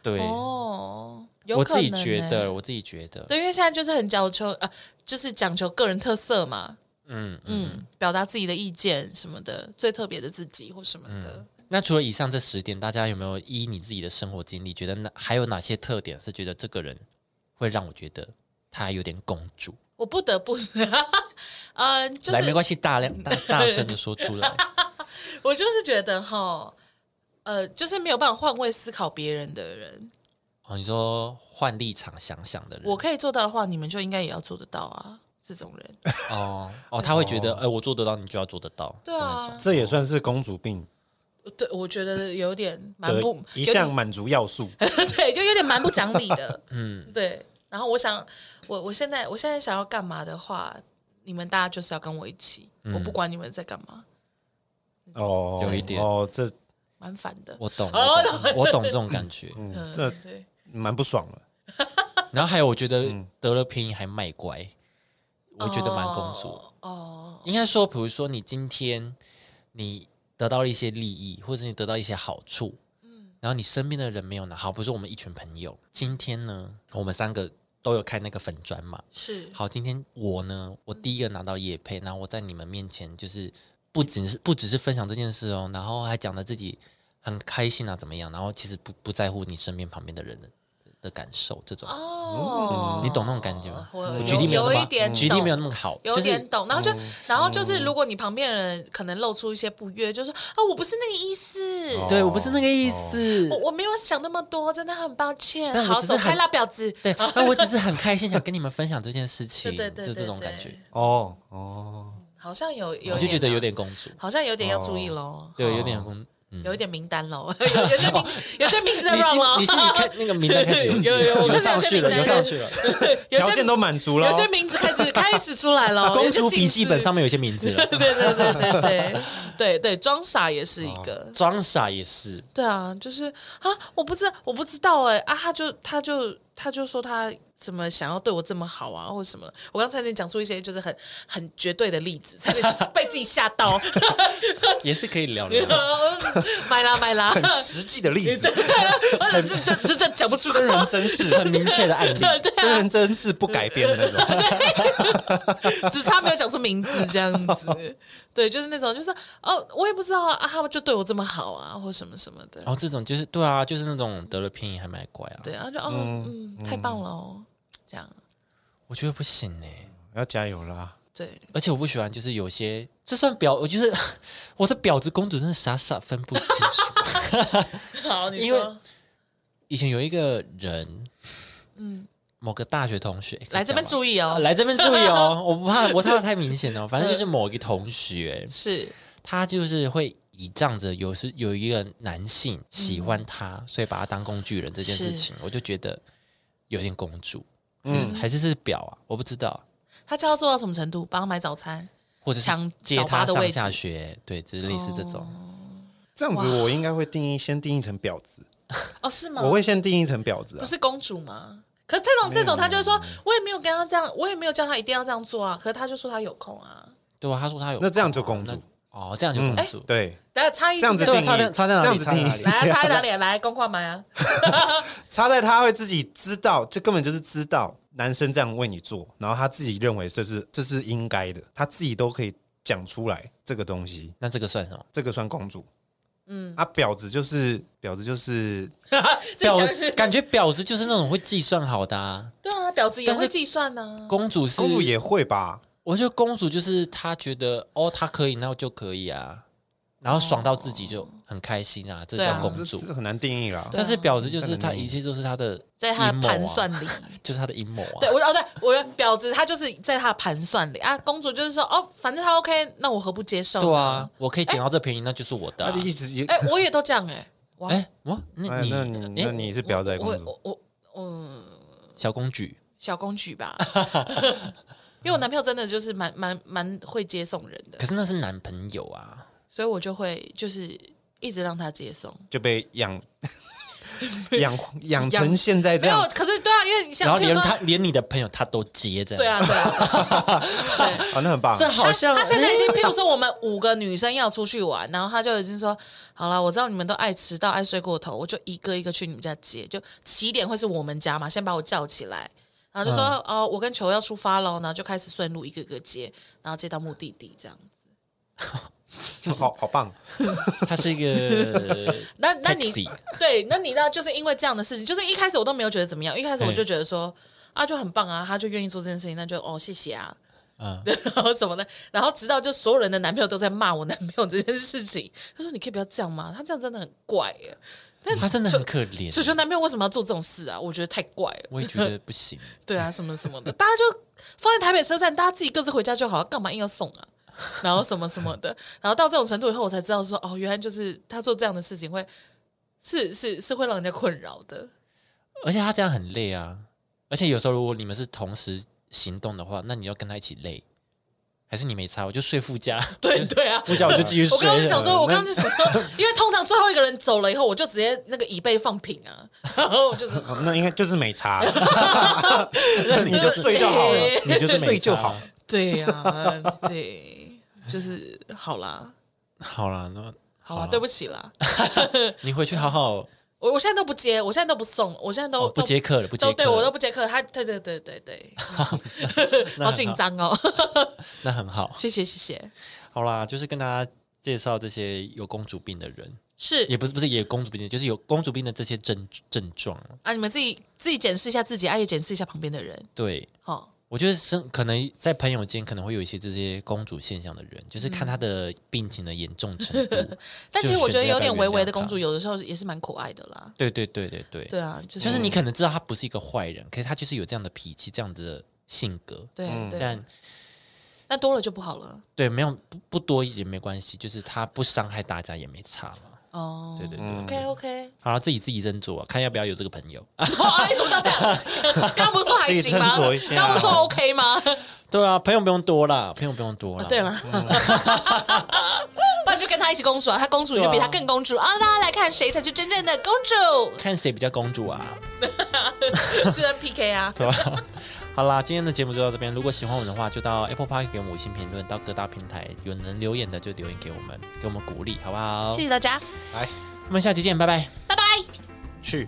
[SPEAKER 2] 对，
[SPEAKER 3] 哦。有
[SPEAKER 2] 我
[SPEAKER 3] 可
[SPEAKER 2] 自己
[SPEAKER 3] 能
[SPEAKER 2] 觉
[SPEAKER 3] 欸
[SPEAKER 2] 得，我自己觉得，
[SPEAKER 3] 对，因为现在就是很讲求呃，就是讲求个人特色嘛，
[SPEAKER 2] 嗯嗯。
[SPEAKER 3] 嗯，表达自己的意见什么的，最特别的自己或什么的。
[SPEAKER 2] 那除了以上这十点，大家有没有依你自己的生活经历，觉得哪还有哪些特点是觉得这个人会让我觉得他有点公主？
[SPEAKER 3] 我不得不， 呃，就
[SPEAKER 2] 来，没
[SPEAKER 3] 是
[SPEAKER 2] 关系，大量 大大声的说出来。
[SPEAKER 3] 我就是觉得哈，呃，就是没有办法换位思考别人的人，
[SPEAKER 2] 嗯哦，你说换立场想想的人，
[SPEAKER 3] 我可以做到的话，你们就应该也要做得到啊。这种 人。
[SPEAKER 2] 哦哦，他会觉得，哎、我做得到，你就要做得到。
[SPEAKER 3] 对啊，
[SPEAKER 2] 嗯
[SPEAKER 1] 这也算是公主病
[SPEAKER 3] 对，我觉得有点蛮
[SPEAKER 1] 的
[SPEAKER 3] 不
[SPEAKER 1] 一
[SPEAKER 3] 有点
[SPEAKER 1] 项满足要素。
[SPEAKER 3] 对，就有点蛮不讲 理的。嗯，对。然后我想，我我现在我现在想要干嘛的话，你们大家就是要跟我一起，
[SPEAKER 2] 嗯
[SPEAKER 3] 我不管你们在干嘛，
[SPEAKER 1] 哦，
[SPEAKER 2] 有一点
[SPEAKER 1] 哦，这
[SPEAKER 3] 蛮烦的。
[SPEAKER 2] 我懂，
[SPEAKER 3] 哦
[SPEAKER 2] 我懂，我懂这种感觉。
[SPEAKER 3] 嗯，
[SPEAKER 1] 这
[SPEAKER 3] 对，
[SPEAKER 1] 蛮不爽了。
[SPEAKER 2] 然后还有，我觉得得了便宜还卖乖，我觉得蛮公主。
[SPEAKER 3] 哦，
[SPEAKER 2] 应该说，比如说你今天你得到了一些利益，或者你得到一些好处，
[SPEAKER 3] 嗯
[SPEAKER 2] 然后你身边的人没有拿好，比如说我们一群朋友，今天呢，我们三个都有开那个粉砖嘛。
[SPEAKER 3] 是
[SPEAKER 2] 好，今天我呢，我第一个拿到叶配，然后我在你们面前就是不仅是不只是分享这件事哦，然后还讲的自己很开心啊，怎么样，然后其实不不在乎你身边旁边的人的的感受，这种、
[SPEAKER 3] 哦，
[SPEAKER 2] 嗯你懂那种感觉吗？
[SPEAKER 3] 我
[SPEAKER 2] 我
[SPEAKER 3] 有
[SPEAKER 2] 举例没
[SPEAKER 3] 有
[SPEAKER 2] 那
[SPEAKER 3] 一点
[SPEAKER 2] 么嗯举例
[SPEAKER 3] 懂
[SPEAKER 2] 没有那么好，
[SPEAKER 3] 有
[SPEAKER 2] 就是哦
[SPEAKER 3] 点懂，然后就，然后就是，如果你旁边的人可能露出一些不悦，就说啊，我不是那个意思，
[SPEAKER 2] 对我不是那个意思。哦
[SPEAKER 3] 我我没有想那么多，真的很抱歉
[SPEAKER 2] 但。我
[SPEAKER 3] 好，
[SPEAKER 2] 只是
[SPEAKER 3] 走开
[SPEAKER 2] 很
[SPEAKER 3] 啦，婊子。
[SPEAKER 2] 对，那我只是很开心，想跟你们分享这件事情，
[SPEAKER 3] 对对对，
[SPEAKER 2] 就
[SPEAKER 3] 对
[SPEAKER 2] 这种
[SPEAKER 3] 对
[SPEAKER 2] 感觉，
[SPEAKER 1] 哦哦，
[SPEAKER 3] 好像有有，啊哦
[SPEAKER 2] 我就觉得有，点公主，
[SPEAKER 3] 好像有点要注意喽，
[SPEAKER 2] 对，嗯有点公。
[SPEAKER 3] 有一点名单 喽，有有些名有些名字在
[SPEAKER 2] 你心
[SPEAKER 3] wrong 喽
[SPEAKER 2] 你，心里看那个名单开始
[SPEAKER 3] 有有我看
[SPEAKER 2] 游
[SPEAKER 3] 到
[SPEAKER 2] 上
[SPEAKER 3] 有些
[SPEAKER 2] 去了，
[SPEAKER 3] 名
[SPEAKER 2] 游
[SPEAKER 3] 单
[SPEAKER 2] 上去了。
[SPEAKER 3] 有
[SPEAKER 1] 条
[SPEAKER 3] 些
[SPEAKER 1] 件都满足了
[SPEAKER 3] 有
[SPEAKER 1] 哦，
[SPEAKER 3] 些名字 开始开始出来了，
[SPEAKER 2] 公
[SPEAKER 3] 有些
[SPEAKER 2] 主
[SPEAKER 3] 姓
[SPEAKER 2] 笔记
[SPEAKER 3] 氏
[SPEAKER 2] 本上。面有一些名字了，
[SPEAKER 3] 对对对对对 对对，装傻也是一个，
[SPEAKER 2] 装傻也 是，
[SPEAKER 3] 对啊，就是啊，我不知道，我不知道哎、啊，他就他就他就说他怎么想要对我这么好啊，或者什么。我刚才能讲出一些就是很很绝对的例子，才能被自己吓到。
[SPEAKER 2] 也是可以聊聊。
[SPEAKER 3] 买啦买啦，
[SPEAKER 1] 很实际的例子，
[SPEAKER 3] 这这这这讲不出
[SPEAKER 1] 真人
[SPEAKER 3] 口，
[SPEAKER 1] 真事，
[SPEAKER 2] 很明确的案例，
[SPEAKER 3] 对
[SPEAKER 1] 真
[SPEAKER 3] 啊
[SPEAKER 1] 人真事不改编的那种。
[SPEAKER 3] 只差没有讲出名字这样子。对，就是那种，就是哦，我也不知道啊，啊他们就对我这么好啊，或什么什么的
[SPEAKER 2] 然。后这种就是对啊，就是那种得了便宜还卖乖啊，
[SPEAKER 3] 对，然后就哦，嗯，太棒了哦，这样
[SPEAKER 2] 我觉得不行呢、
[SPEAKER 1] 要加油啦！
[SPEAKER 3] 对。
[SPEAKER 2] 而且我不喜欢，就是有些这算婊，我就是我的婊子公主，真的傻傻分不清楚。
[SPEAKER 3] 好，你
[SPEAKER 2] 因为
[SPEAKER 3] 说
[SPEAKER 2] 以前有一个人，嗯，某个大学同学哎
[SPEAKER 3] 来这边，
[SPEAKER 2] 可以
[SPEAKER 3] 注意
[SPEAKER 2] 讲
[SPEAKER 3] 哦
[SPEAKER 2] 吗，啊来这边注意 哦，我不怕，我怕太明显了。反正就是某一个同学，
[SPEAKER 3] 是
[SPEAKER 2] 他就是会倚仗着有时有一个男性喜欢他，
[SPEAKER 3] 嗯
[SPEAKER 2] 所以把他当工具人这件事情，我就觉得有点公主，嗯，还是是表啊，我不知道，
[SPEAKER 3] 他叫他做到什么程度？帮他买早餐，
[SPEAKER 2] 或者是
[SPEAKER 3] 抢
[SPEAKER 2] 接
[SPEAKER 3] 早八
[SPEAKER 2] 他
[SPEAKER 3] 的位
[SPEAKER 2] 上
[SPEAKER 3] 置
[SPEAKER 2] 下
[SPEAKER 3] 哦
[SPEAKER 2] 学，对，就是类似这种。
[SPEAKER 1] 这样子我应该会定义，先定义成婊子，
[SPEAKER 3] 哦，是吗？
[SPEAKER 1] 我会嗯先定义成婊子
[SPEAKER 3] 不
[SPEAKER 1] 啊。
[SPEAKER 3] 是公主吗？可是这种这种，他就说，我也没有跟他这样，我也没有叫他一定要这样做啊。可是他就说他有空啊。
[SPEAKER 2] 对啊，他说他有
[SPEAKER 1] 那这样就公主
[SPEAKER 2] 那哦，这样就公主。
[SPEAKER 3] 嗯
[SPEAKER 1] 对，
[SPEAKER 3] 等下差异
[SPEAKER 1] 这样子
[SPEAKER 3] 是
[SPEAKER 1] 定
[SPEAKER 2] 对
[SPEAKER 1] 义，
[SPEAKER 2] 差在差在哪
[SPEAKER 1] 这
[SPEAKER 2] 里
[SPEAKER 1] 样子定
[SPEAKER 2] 差在哪
[SPEAKER 1] 义啊
[SPEAKER 2] 里，
[SPEAKER 3] 来啊差在哪里？来公话买啊。
[SPEAKER 1] 差在他会自己知道，这根本就是知道男生这样为你做，然后他自己认为这是这是应该的，他自己都可以讲出来这个东西，
[SPEAKER 2] 那这个算什么？
[SPEAKER 1] 这个算公主。嗯，啊，婊子就是婊子就是
[SPEAKER 3] 自己讲
[SPEAKER 2] 婊感觉婊子就是那种会计算好的啊，
[SPEAKER 3] 对啊，婊子也
[SPEAKER 2] 但是
[SPEAKER 3] 会计算啊呢。
[SPEAKER 2] 公主是
[SPEAKER 1] 公主也会吧？
[SPEAKER 2] 我觉得公主就是她觉得哦，她可以，那我就可以啊，然后爽到自己就很开心啊，这
[SPEAKER 3] 对啊
[SPEAKER 2] 叫公
[SPEAKER 1] 哦这
[SPEAKER 2] 主。
[SPEAKER 1] 这很难定义啦。
[SPEAKER 2] 但是婊子就是
[SPEAKER 1] 很难
[SPEAKER 2] 她
[SPEAKER 1] 理
[SPEAKER 2] 一切都是她的
[SPEAKER 3] 在他的
[SPEAKER 2] 阴谋啊
[SPEAKER 3] 盘算，里，
[SPEAKER 2] 就是她的阴谋啊。
[SPEAKER 3] 对，我哦，对，我的婊子她就是在他的盘算里啊。公主就是说，哦，反正他 OK，那我何不接受？
[SPEAKER 2] 对，啊，我可以捡到这便宜，那就是我的
[SPEAKER 1] 那
[SPEAKER 2] 啊。
[SPEAKER 1] 你一直也
[SPEAKER 3] 哎，我也都这样哎。哇，
[SPEAKER 2] 哎，我那
[SPEAKER 1] 哎，
[SPEAKER 2] 你
[SPEAKER 1] 那你那
[SPEAKER 2] 哎
[SPEAKER 1] 你是婊仔
[SPEAKER 3] 我
[SPEAKER 1] 公主，
[SPEAKER 3] 我我嗯。
[SPEAKER 2] 小公举
[SPEAKER 3] 小公举 吧，因为我男朋友真的就是蛮蛮蛮会接送人的
[SPEAKER 2] 可，是那是男朋友啊，
[SPEAKER 3] 所以我就会就是一直让他接送。
[SPEAKER 1] 就被养养养成现在这
[SPEAKER 3] 没有
[SPEAKER 1] 样，
[SPEAKER 3] 可是对啊，因为你
[SPEAKER 2] 然后
[SPEAKER 3] 像比如
[SPEAKER 2] 连
[SPEAKER 3] 说
[SPEAKER 2] 他，连你的朋友他都接这样。
[SPEAKER 3] 对啊，对啊， 对。
[SPEAKER 1] 啊，那很棒
[SPEAKER 2] 这。好像
[SPEAKER 3] 他现在已经，譬如说我们五个女生要出去玩，然后他就已经说，好了，我知道你们都爱迟到、爱睡过头，我就一个一个去你们家接。就起点会是我们家嘛，先把我叫起来，然后就说，哦，我跟球要出发喽，然后就开始顺路一个一个接，然后接到目的地这样子。
[SPEAKER 1] 好好棒，
[SPEAKER 2] 他哎是一个
[SPEAKER 3] 那 那你
[SPEAKER 2] Taxi
[SPEAKER 3] 对，那你那就是因为这样的事情，就是一开始我都没有觉得怎么样，一开始我就觉得说啊就很棒啊，他就愿意做这件事情，那就哦谢谢啊，
[SPEAKER 2] 嗯
[SPEAKER 3] 对，然后什么的，然后直到就所有人的男朋友都在骂我男朋友这件事情，他说你可以不要这样吗？他这样真的很怪耶，
[SPEAKER 2] 他真的很可怜
[SPEAKER 3] 球。球男朋友为什么要做这种事啊？我觉得太怪了。
[SPEAKER 2] 我也觉得不行，
[SPEAKER 3] 对啊，什么什么的，大家就放在台北车站，大家自己各自回家就好，干嘛硬要送啊？然后什么什么的，然后到这种程度以后，我才知道说，哦，原来就是他做这样的事情会，是是是会让人家困扰的。
[SPEAKER 2] 而且他这样很累啊。而且有时候如果你们是同时行动的话，那你要跟他一起累，还是你没差？我就睡副驾，
[SPEAKER 3] 对对啊，
[SPEAKER 2] 副驾我就继续睡。
[SPEAKER 3] 我刚刚就想说，我
[SPEAKER 1] 那
[SPEAKER 3] 刚刚就想说，因为通常最后一个人走了以后，我就直接那个椅背放平啊，然后我就是
[SPEAKER 1] 哦那应该就是没 差，你就睡就好了，你就是睡就好。
[SPEAKER 3] 对呀、啊，对，就是好啦，
[SPEAKER 2] 好啦，那
[SPEAKER 3] 好
[SPEAKER 2] 好
[SPEAKER 3] 啦，
[SPEAKER 2] 啦
[SPEAKER 3] 对不起啦，
[SPEAKER 2] 你回去好好
[SPEAKER 3] 我我现在都不接，我现在都不送，我现在都、
[SPEAKER 2] 哦，不接
[SPEAKER 3] 都。
[SPEAKER 2] 客了，不接
[SPEAKER 3] 都
[SPEAKER 2] 客，
[SPEAKER 3] 对我都不接客，他对对对对 对，
[SPEAKER 2] 那
[SPEAKER 3] 好
[SPEAKER 2] 很
[SPEAKER 3] 紧，张哦，
[SPEAKER 2] 那很好。
[SPEAKER 3] 谢谢谢谢，
[SPEAKER 2] 好啦，就是跟大家介绍这些有公主病的人，
[SPEAKER 3] 是
[SPEAKER 2] 也不是不是也有公主病的，就是有公主病的这些症症状。
[SPEAKER 3] 啊，你们自己自己检视一下自己，啊也检视一下旁边的人，
[SPEAKER 2] 对，
[SPEAKER 3] 好，
[SPEAKER 2] 我觉得生可能在朋友间可能会有一些这些公主现象的人，就是
[SPEAKER 3] 嗯
[SPEAKER 2] 看他的病情的严重程 度。
[SPEAKER 3] 但其实
[SPEAKER 2] 就
[SPEAKER 3] 我觉
[SPEAKER 2] 选
[SPEAKER 3] 得
[SPEAKER 2] 择要不要
[SPEAKER 3] 有点微微
[SPEAKER 2] 原谅
[SPEAKER 3] 的公
[SPEAKER 2] 他
[SPEAKER 3] 主，有的时候也是蛮可爱的啦，
[SPEAKER 2] 对对对对对，
[SPEAKER 3] 对啊，就是
[SPEAKER 2] 就是你可能知道他不是一个坏人，可是他就是有这样的脾气，这样的性格。
[SPEAKER 3] 对对，
[SPEAKER 2] 但
[SPEAKER 3] 但多了就不好了
[SPEAKER 2] 对没有不不多也没关系，就是他不伤害大家也没差嘛。
[SPEAKER 3] 哦，
[SPEAKER 2] 对对对，
[SPEAKER 3] ，OK OK，
[SPEAKER 2] 好了，自己自己斟酌啊，看要不要有这个朋友。 啊
[SPEAKER 3] 哦，你怎么叫这样？刚刚不是说还行吗？
[SPEAKER 1] 自己斟酌一下
[SPEAKER 3] 刚刚不是说 OK 吗？
[SPEAKER 2] 对啊，朋友不用多啦，朋友不用多啦。
[SPEAKER 3] 啊对了， 不然就跟他一起公主啊，他公主
[SPEAKER 2] 对
[SPEAKER 3] 就
[SPEAKER 2] 啊
[SPEAKER 3] 比他更公主啊！大家来看谁才是真正的公主，
[SPEAKER 2] 看谁比较公主啊，
[SPEAKER 3] 就在 PK 啊！
[SPEAKER 2] 对吧？好啦，今天的节目就到这边。如果喜欢我们的话，就到 Apple Park 给我们五星评论，到各大平台有能留言的就留言给我们，给我们鼓励，好不好
[SPEAKER 3] 谢？谢大家，
[SPEAKER 1] 来
[SPEAKER 2] 我们下期见，拜拜。
[SPEAKER 3] 拜拜。
[SPEAKER 1] 去。